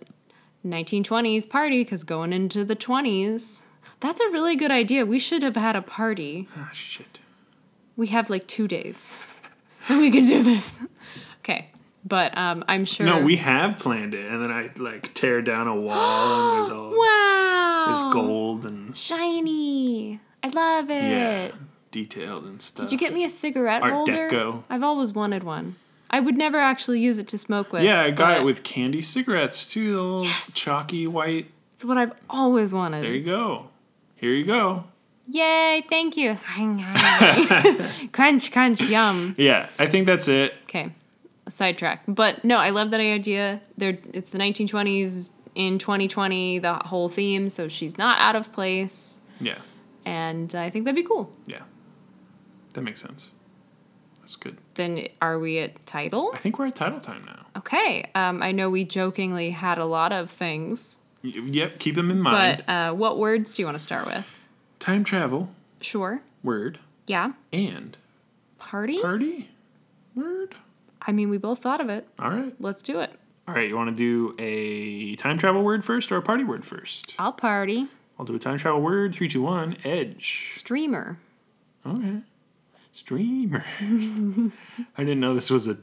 Speaker 2: 1920s party because going into the 20s. That's a really good idea. We should have had a party.
Speaker 1: Ah, shit.
Speaker 2: We have like two days and we can do this. Okay. But um, I'm sure.
Speaker 1: No, we have planned it, and then I like tear down a wall, and there's all
Speaker 2: Wow.
Speaker 1: there's gold and
Speaker 2: Shiny. I love it.
Speaker 1: yeah, detailed and stuff.
Speaker 2: Did you get me a cigarette
Speaker 1: Art
Speaker 2: holder?
Speaker 1: Deco.
Speaker 2: I've always wanted one. I would never actually use it to smoke with.
Speaker 1: Yeah, I got
Speaker 2: but
Speaker 1: it with candy cigarettes too. The little
Speaker 2: Yes.
Speaker 1: chalky white.
Speaker 2: It's what I've always wanted.
Speaker 1: There you go. Here you go.
Speaker 2: Yay, thank you. crunch, crunch, yum.
Speaker 1: Yeah, I think that's it.
Speaker 2: Okay, sidetrack. But no, I love that idea. There, it's the 1920s in 2020, the whole theme, so she's not out of place.
Speaker 1: Yeah,
Speaker 2: And I think that'd be cool.
Speaker 1: yeah, that makes sense. That's good.
Speaker 2: Then are we at title?
Speaker 1: I think we're at title time now.
Speaker 2: Okay, um, I know we jokingly had a lot of things,
Speaker 1: Y- Yep, keep them in mind.
Speaker 2: but uh, what words do you want to start with?
Speaker 1: Time travel,
Speaker 2: Sure.
Speaker 1: word,
Speaker 2: Yeah.
Speaker 1: and
Speaker 2: Party?
Speaker 1: party, word.
Speaker 2: I mean, we both thought of it.
Speaker 1: All right.
Speaker 2: Let's do it.
Speaker 1: All right, you want to do a time travel word first or a party word first?
Speaker 2: I'll party.
Speaker 1: I'll do a time travel word. Three, two, one, edge.
Speaker 2: Streamer.
Speaker 1: Okay. Streamer. I didn't know this was a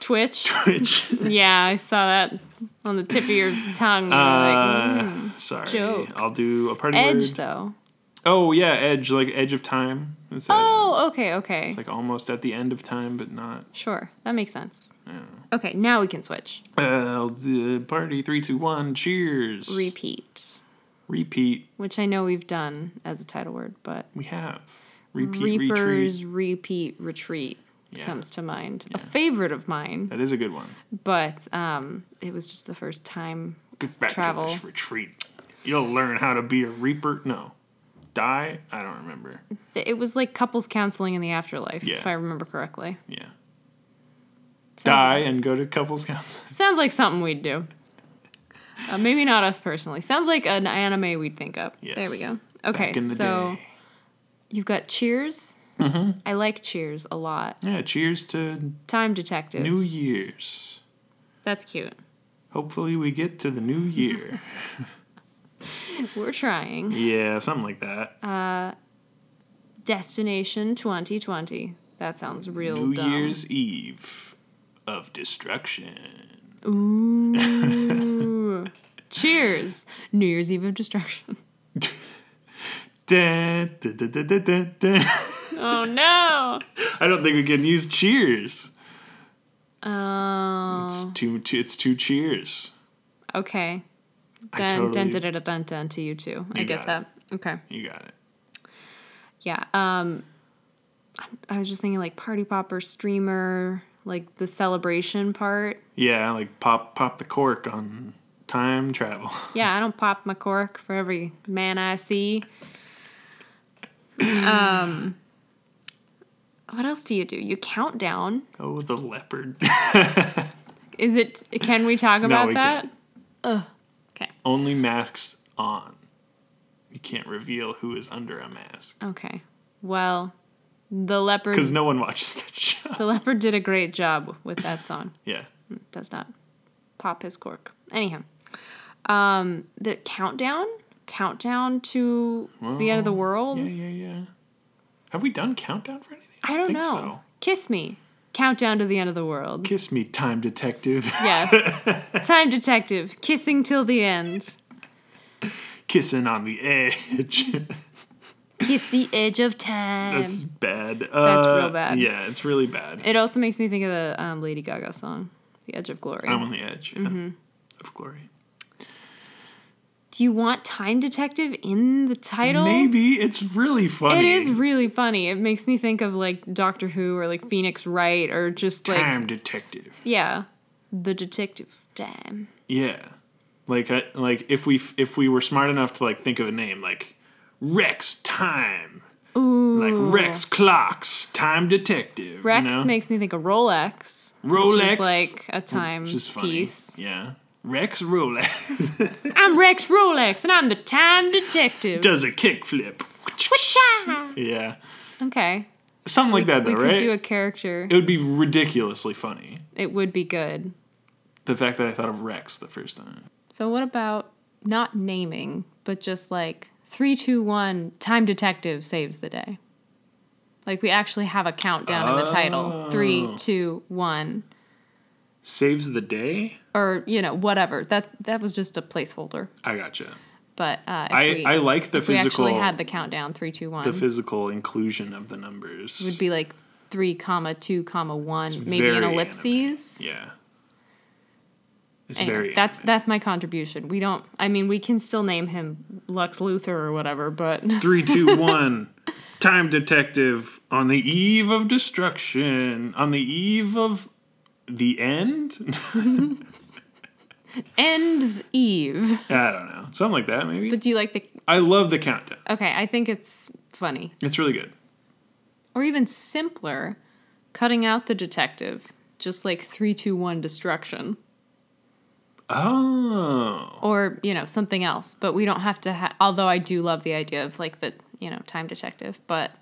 Speaker 2: Twitch.
Speaker 1: twitch.
Speaker 2: Yeah, I saw that on the tip of your tongue. You were like, mm.
Speaker 1: Uh, sorry.
Speaker 2: Joke.
Speaker 1: I'll do a party
Speaker 2: Edge,
Speaker 1: word.
Speaker 2: though.
Speaker 1: Oh, yeah, edge, like edge of time. It's, uh,
Speaker 2: Oh, okay, okay.
Speaker 1: it's like almost at the end of time, but not.
Speaker 2: sure, that makes sense. Okay, now we can switch.
Speaker 1: Uh, I'll do party. Three, two, one, cheers.
Speaker 2: Repeat,
Speaker 1: Repeat.
Speaker 2: which I know we've done as a title word, but
Speaker 1: We have. Repeat, retreat.
Speaker 2: Reapers Repeat Retreat
Speaker 1: Yeah.
Speaker 2: comes to mind. A favorite of mine,
Speaker 1: That is a good one.
Speaker 2: but um, it was just the first time.
Speaker 1: Get back
Speaker 2: Travel.
Speaker 1: to this retreat. You'll learn how to be a reaper. No. Die? I don't remember.
Speaker 2: It was like couples counseling in the afterlife, if
Speaker 1: Yeah.
Speaker 2: I remember correctly.
Speaker 1: Yeah.
Speaker 2: Sounds
Speaker 1: Die
Speaker 2: like-
Speaker 1: and go to couples council.
Speaker 2: Sounds like something we'd do. Uh, maybe not us personally. Sounds like an anime we'd think of.
Speaker 1: Yes.
Speaker 2: There we go. Okay,
Speaker 1: Back in the
Speaker 2: so
Speaker 1: day.
Speaker 2: you've got Cheers. Mm-hmm. I like Cheers a lot.
Speaker 1: Yeah, cheers to
Speaker 2: Time Detectives.
Speaker 1: New Year's.
Speaker 2: That's cute.
Speaker 1: Hopefully we get to the new year.
Speaker 2: We're trying.
Speaker 1: yeah, something like that.
Speaker 2: Destination 2020. That sounds real
Speaker 1: new
Speaker 2: dumb.
Speaker 1: Year's Eve of destruction.
Speaker 2: Ooh. Cheers. New Year's Eve of Destruction.
Speaker 1: Dun, dun, dun, dun, dun, dun, dun.
Speaker 2: Oh no.
Speaker 1: I don't think we can use cheers.
Speaker 2: Oh.
Speaker 1: It's two, two it's two cheers.
Speaker 2: Okay.
Speaker 1: I
Speaker 2: Dun,
Speaker 1: totally-
Speaker 2: dun, dun, dun, dun, dun, dun to you too. I
Speaker 1: You got
Speaker 2: get that. Okay.
Speaker 1: You got it.
Speaker 2: Yeah. Um, I was just thinking like party popper, streamer, like the celebration part.
Speaker 1: Yeah, like pop pop the cork on time travel.
Speaker 2: Yeah, I don't pop my cork for every man I see. Um, what else do you do? You count down.
Speaker 1: Oh, the leopard.
Speaker 2: Is it? Can we talk about
Speaker 1: we
Speaker 2: that?
Speaker 1: can't.
Speaker 2: Okay.
Speaker 1: Only masks on. You can't reveal who is under a mask
Speaker 2: Okay. Well, the
Speaker 1: because
Speaker 2: leopard.
Speaker 1: no one watches that show.
Speaker 2: The leopard did a great job with that song.
Speaker 1: Yeah.
Speaker 2: Does not pop his cork. Anyhow, um, the countdown. Countdown to the end of the world.
Speaker 1: Yeah, yeah, yeah. Have we done countdown for anything?
Speaker 2: I don't
Speaker 1: think
Speaker 2: know.
Speaker 1: so.
Speaker 2: Kiss me. Countdown to the end of the world.
Speaker 1: Kiss me, time detective.
Speaker 2: yes. Time detective. Kissing till the end.
Speaker 1: Kissing on the edge.
Speaker 2: Kiss the edge of time.
Speaker 1: That's bad.
Speaker 2: That's real
Speaker 1: Uh,
Speaker 2: bad.
Speaker 1: Yeah, it's really bad.
Speaker 2: It also makes me think of the um, Lady Gaga song, The Edge of Glory.
Speaker 1: I'm on the edge yeah,
Speaker 2: Mm-hmm.
Speaker 1: of glory.
Speaker 2: Do you want Time Detective in the title?
Speaker 1: Maybe it's really funny.
Speaker 2: It is really funny. It makes me think of like Doctor Who or like Phoenix Wright or just like
Speaker 1: time detective.
Speaker 2: yeah, the detective time.
Speaker 1: Yeah, like I, like if we if we were smart enough to like think of a name like Rex Time,
Speaker 2: Ooh,
Speaker 1: like Rex Clocks Time Detective.
Speaker 2: Rex
Speaker 1: you know?
Speaker 2: makes me think of Rolex. which
Speaker 1: Rolex,
Speaker 2: is like a time
Speaker 1: which is funny.
Speaker 2: piece.
Speaker 1: Yeah, Rex Rolex
Speaker 2: I'm Rex Rolex and I'm the time detective.
Speaker 1: does a kickflip.
Speaker 2: Wha-sha!
Speaker 1: Yeah,
Speaker 2: okay,
Speaker 1: something like that
Speaker 2: we
Speaker 1: though,
Speaker 2: could
Speaker 1: right?
Speaker 2: do a character.
Speaker 1: it would be ridiculously funny.
Speaker 2: It would be good.
Speaker 1: The fact that I thought of Rex the first time.
Speaker 2: So what about not naming, but just like three, two, one, time detective saves the day. Like we actually have a countdown in the title. Three,
Speaker 1: Oh.
Speaker 2: two, one,
Speaker 1: Saves the day.
Speaker 2: or you know whatever. That that was just a placeholder.
Speaker 1: I gotcha.
Speaker 2: But uh, if
Speaker 1: I,
Speaker 2: we,
Speaker 1: I like the
Speaker 2: if we
Speaker 1: physical
Speaker 2: actually had the countdown three, two, one.
Speaker 1: the physical inclusion of the numbers.
Speaker 2: would be like three comma two comma one, maybe an
Speaker 1: very
Speaker 2: ellipses.
Speaker 1: yeah. It's
Speaker 2: Anyway,
Speaker 1: very
Speaker 2: that's
Speaker 1: anime.
Speaker 2: that's my contribution. We don't. I mean, we can still name him Lux Luthor or whatever, but
Speaker 1: three, two, one. Time detective on the eve of destruction. On the eve of the end.
Speaker 2: ends Eve.
Speaker 1: I don't know, something like that maybe.
Speaker 2: But do you like the?
Speaker 1: I love the countdown.
Speaker 2: Okay, I think it's funny,
Speaker 1: It's really good.
Speaker 2: or even simpler, cutting out the detective, just like three, two, one, destruction,
Speaker 1: Oh,
Speaker 2: or you know something else. But we don't have to. Ha- although I do love the idea of like the you know time detective, but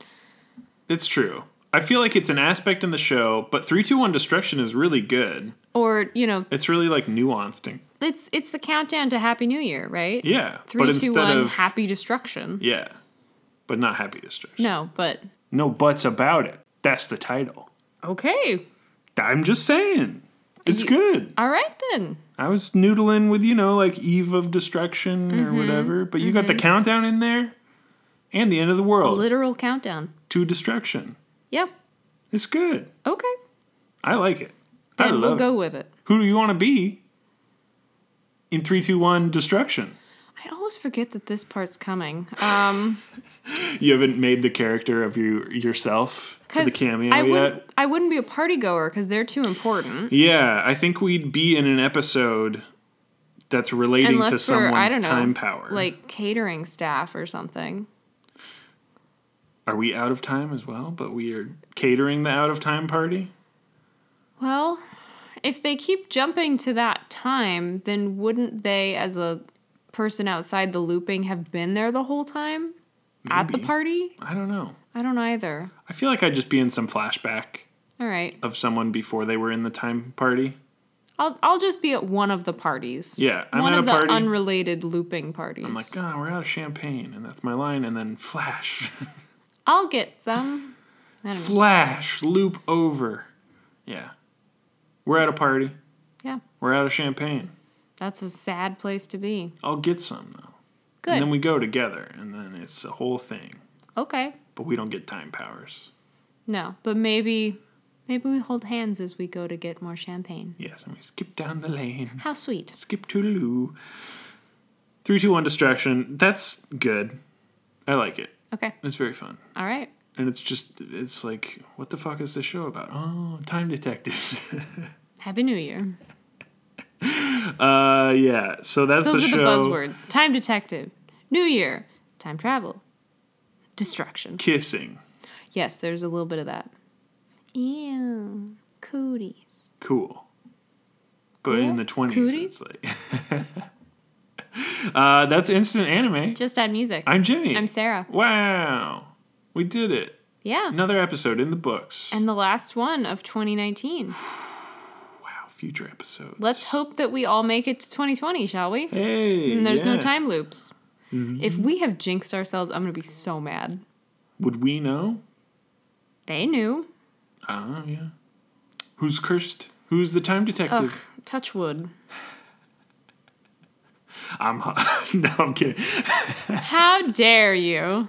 Speaker 1: it's true. I feel like it's an aspect in the show, but three, two, one destruction is really good.
Speaker 2: or you know
Speaker 1: It's really like nuanced and
Speaker 2: it's it's the countdown to Happy New Year, right?
Speaker 1: yeah.
Speaker 2: Three, two, one,
Speaker 1: of
Speaker 2: happy destruction.
Speaker 1: Yeah. But not Happy Destruction.
Speaker 2: No, but
Speaker 1: No buts about it. That's the title.
Speaker 2: okay,
Speaker 1: I'm just saying. It's
Speaker 2: You-
Speaker 1: good.
Speaker 2: all right then.
Speaker 1: I was noodling with, you know, like Eve of Destruction or
Speaker 2: Mm-hmm.
Speaker 1: whatever, but you got the countdown in there and the end of the world
Speaker 2: Literal countdown.
Speaker 1: to destruction.
Speaker 2: Yeah.
Speaker 1: It's good.
Speaker 2: Okay.
Speaker 1: I like it. I
Speaker 2: Then
Speaker 1: love
Speaker 2: we'll
Speaker 1: it.
Speaker 2: go with it.
Speaker 1: Who do you want to be in 321 Destruction?
Speaker 2: I always forget that this part's coming. Um,
Speaker 1: You haven't made the character of you yourself for the
Speaker 2: 'cause
Speaker 1: cameo
Speaker 2: I
Speaker 1: yet?
Speaker 2: wouldn't, I wouldn't be a party goer because they're too important.
Speaker 1: Yeah, I think we'd be in an episode that's relating to
Speaker 2: Unless for
Speaker 1: someone's
Speaker 2: I don't know,
Speaker 1: time power.
Speaker 2: like catering staff or something.
Speaker 1: are we out of time as well? But we are catering the out of time party.
Speaker 2: Well, if they keep jumping to that time, then wouldn't they, as a person outside the looping, have been there the whole time at the
Speaker 1: Maybe.
Speaker 2: party?
Speaker 1: I don't know.
Speaker 2: I don't either.
Speaker 1: I feel like I'd just be in some flashback
Speaker 2: All right,
Speaker 1: of someone before they were in the time party.
Speaker 2: I'll I'll just be at one of the parties.
Speaker 1: Yeah, I'm
Speaker 2: one
Speaker 1: at
Speaker 2: of
Speaker 1: a
Speaker 2: the
Speaker 1: party.
Speaker 2: unrelated looping parties.
Speaker 1: I'm like, oh, we're out of champagne, and that's my line. And then flash,
Speaker 2: I'll get some. I don't know.
Speaker 1: flash, loop over. Yeah, we're at a party.
Speaker 2: Yeah,
Speaker 1: We're out of champagne.
Speaker 2: that's a sad place to be.
Speaker 1: I'll get some though,
Speaker 2: Good.
Speaker 1: and then we go together, and then it's a whole thing.
Speaker 2: okay.
Speaker 1: but we don't get time powers.
Speaker 2: No, but maybe maybe we hold hands as we go to get more champagne.
Speaker 1: Yes, and we skip down the lane.
Speaker 2: How sweet.
Speaker 1: Skip toodaloo. Three, two, one distraction. That's good. I like it.
Speaker 2: Okay.
Speaker 1: It's very fun.
Speaker 2: All right.
Speaker 1: and it's just it's like what the fuck is this show about? Oh, time detectives.
Speaker 2: Happy New Year.
Speaker 1: uh, yeah. So that's
Speaker 2: Those
Speaker 1: the
Speaker 2: are
Speaker 1: show.
Speaker 2: the buzzwords. Time detective. New Year. Time travel. Destruction.
Speaker 1: Kissing,
Speaker 2: Yes, there's a little bit of that. Ew. Cooties.
Speaker 1: cool. But in
Speaker 2: Cool?
Speaker 1: the twenties, it's
Speaker 2: Cooties?
Speaker 1: like. uh, that's instant anime.
Speaker 2: Just add music.
Speaker 1: I'm Jimmy.
Speaker 2: I'm Sarah.
Speaker 1: wow, we did it.
Speaker 2: Yeah.
Speaker 1: Another episode in the books.
Speaker 2: And the last one of 2019.
Speaker 1: wow, future episodes.
Speaker 2: Let's hope that we all make it to 2020, shall we?
Speaker 1: Hey,
Speaker 2: And there's no
Speaker 1: yeah. Mm-hmm.
Speaker 2: time loops. If we have jinxed ourselves, I'm going to be so mad.
Speaker 1: Would we know?
Speaker 2: They knew.
Speaker 1: Oh yeah. Who's cursed? Who's the time
Speaker 2: Ugh,
Speaker 1: detective?
Speaker 2: touch wood.
Speaker 1: I'm no, I'm kidding.
Speaker 2: How dare you?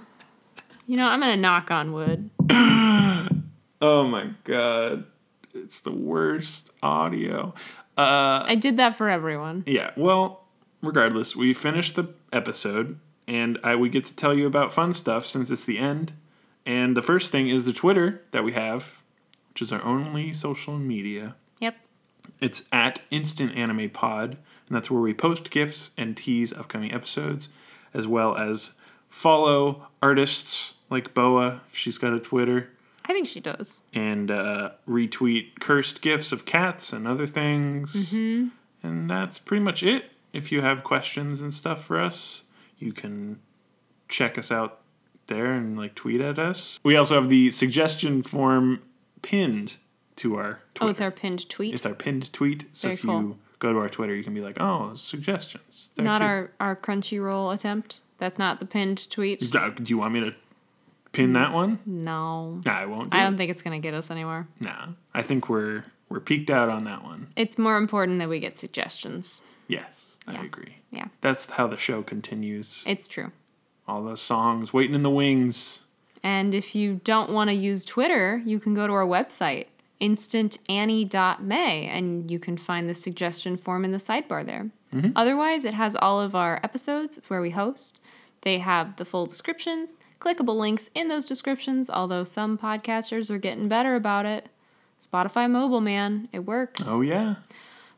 Speaker 2: You know, I'm going to knock on wood.
Speaker 1: Oh my god, it's the worst audio. Uh,
Speaker 2: I did that for everyone.
Speaker 1: yeah. Well, regardless, we finished the episode, and I we get to tell you about fun stuff since it's the end. And the first thing is the Twitter that we have, which is our only social media.
Speaker 2: Yep.
Speaker 1: It's at Instant Anime Pod, and that's where we post gifs and tease upcoming episodes, as well as follow artists like Boa. She's got a Twitter
Speaker 2: I think she does.
Speaker 1: and uh, retweet cursed gifs of cats and other things.
Speaker 2: Mm-hmm.
Speaker 1: And that's pretty much it. If you have questions and stuff for us, you can check us out there and like tweet at us. We also have the suggestion form pinned to our
Speaker 2: Oh,
Speaker 1: Twitter.
Speaker 2: it's our pinned tweet.
Speaker 1: It's our pinned tweet. So
Speaker 2: Very
Speaker 1: if
Speaker 2: cool.
Speaker 1: you go to our Twitter, you can be like, oh, suggestions. There
Speaker 2: not
Speaker 1: too.
Speaker 2: our, our Crunchyroll attempt. That's not the pinned tweet.
Speaker 1: Uh, Do you want me to pin that one?
Speaker 2: Mm-hmm. No.
Speaker 1: Nah, I won't. Do
Speaker 2: I
Speaker 1: it.
Speaker 2: don't think it's going to get us anywhere.
Speaker 1: Nah, I think we're we're peaked out on that one.
Speaker 2: It's more important that we get suggestions.
Speaker 1: Yes, I
Speaker 2: Yeah.
Speaker 1: agree.
Speaker 2: Yeah,
Speaker 1: That's how the show continues.
Speaker 2: it's true.
Speaker 1: All those songs waiting in the wings.
Speaker 2: And if you don't want to use Twitter, you can go to our website, instantannie.may, and you can find the suggestion form in the sidebar there. Otherwise, it has all of our episodes. It's where we host. They have the full descriptions, clickable links in those descriptions, although some podcatchers are getting better about it. Spotify mobile, man, it works.
Speaker 1: Oh yeah.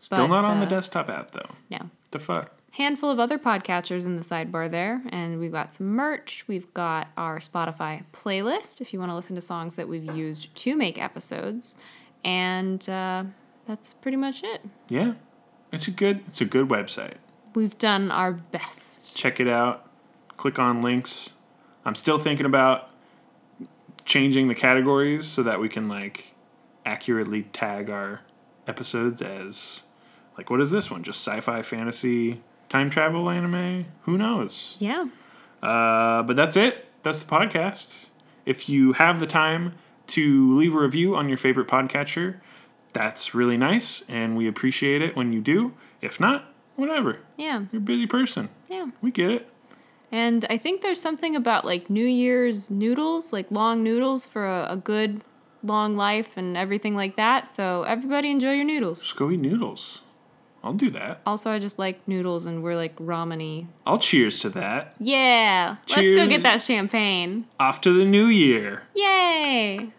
Speaker 1: Still
Speaker 2: But,
Speaker 1: not on the
Speaker 2: uh,
Speaker 1: desktop app though.
Speaker 2: No.
Speaker 1: The fuck.
Speaker 2: handful of other podcatchers in the sidebar there, and we've got some merch. We've got our Spotify playlist if you want to listen to songs that we've used to make episodes, and uh, that's pretty much it.
Speaker 1: Yeah. It's a good it's a good website.
Speaker 2: We've done our best.
Speaker 1: Check it out. Click on links. I'm still thinking about changing the categories so that we can like accurately tag our episodes as like what is this one? Just sci-fi fantasy time travel anime? Who knows?
Speaker 2: Yeah,
Speaker 1: Uh, but that's it. That's the podcast. If you have the time to leave a review on your favorite podcatcher, that's really nice, and we appreciate it when you do. If not, whatever.
Speaker 2: yeah,
Speaker 1: You're a busy person.
Speaker 2: yeah.
Speaker 1: We get it.
Speaker 2: And I think there's something about like New Year's noodles, like long noodles for a, a good long life and everything like that. So everybody enjoy your noodles.
Speaker 1: Just go eat noodles. I'll do that.
Speaker 2: Also, I just like noodles, and we're like ramen-y
Speaker 1: I'll cheers to that.
Speaker 2: Yeah. Let's go
Speaker 1: Cheers.
Speaker 2: get that champagne.
Speaker 1: Off to the new year.
Speaker 2: Yay.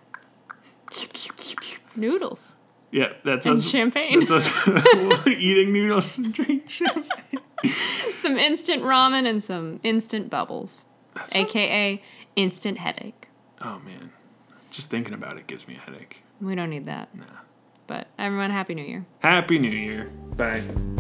Speaker 2: Noodles.
Speaker 1: Yeah, that's
Speaker 2: And
Speaker 1: us.
Speaker 2: champagne.
Speaker 1: That's us eating noodles and drinking champagne.
Speaker 2: some instant ramen and some instant bubbles.
Speaker 1: That sounds-
Speaker 2: AKA instant headache.
Speaker 1: Oh man, just thinking about it gives me a headache.
Speaker 2: We don't need that.
Speaker 1: Nah.
Speaker 2: But everyone, Happy New Year.
Speaker 1: Happy New Year. Bye.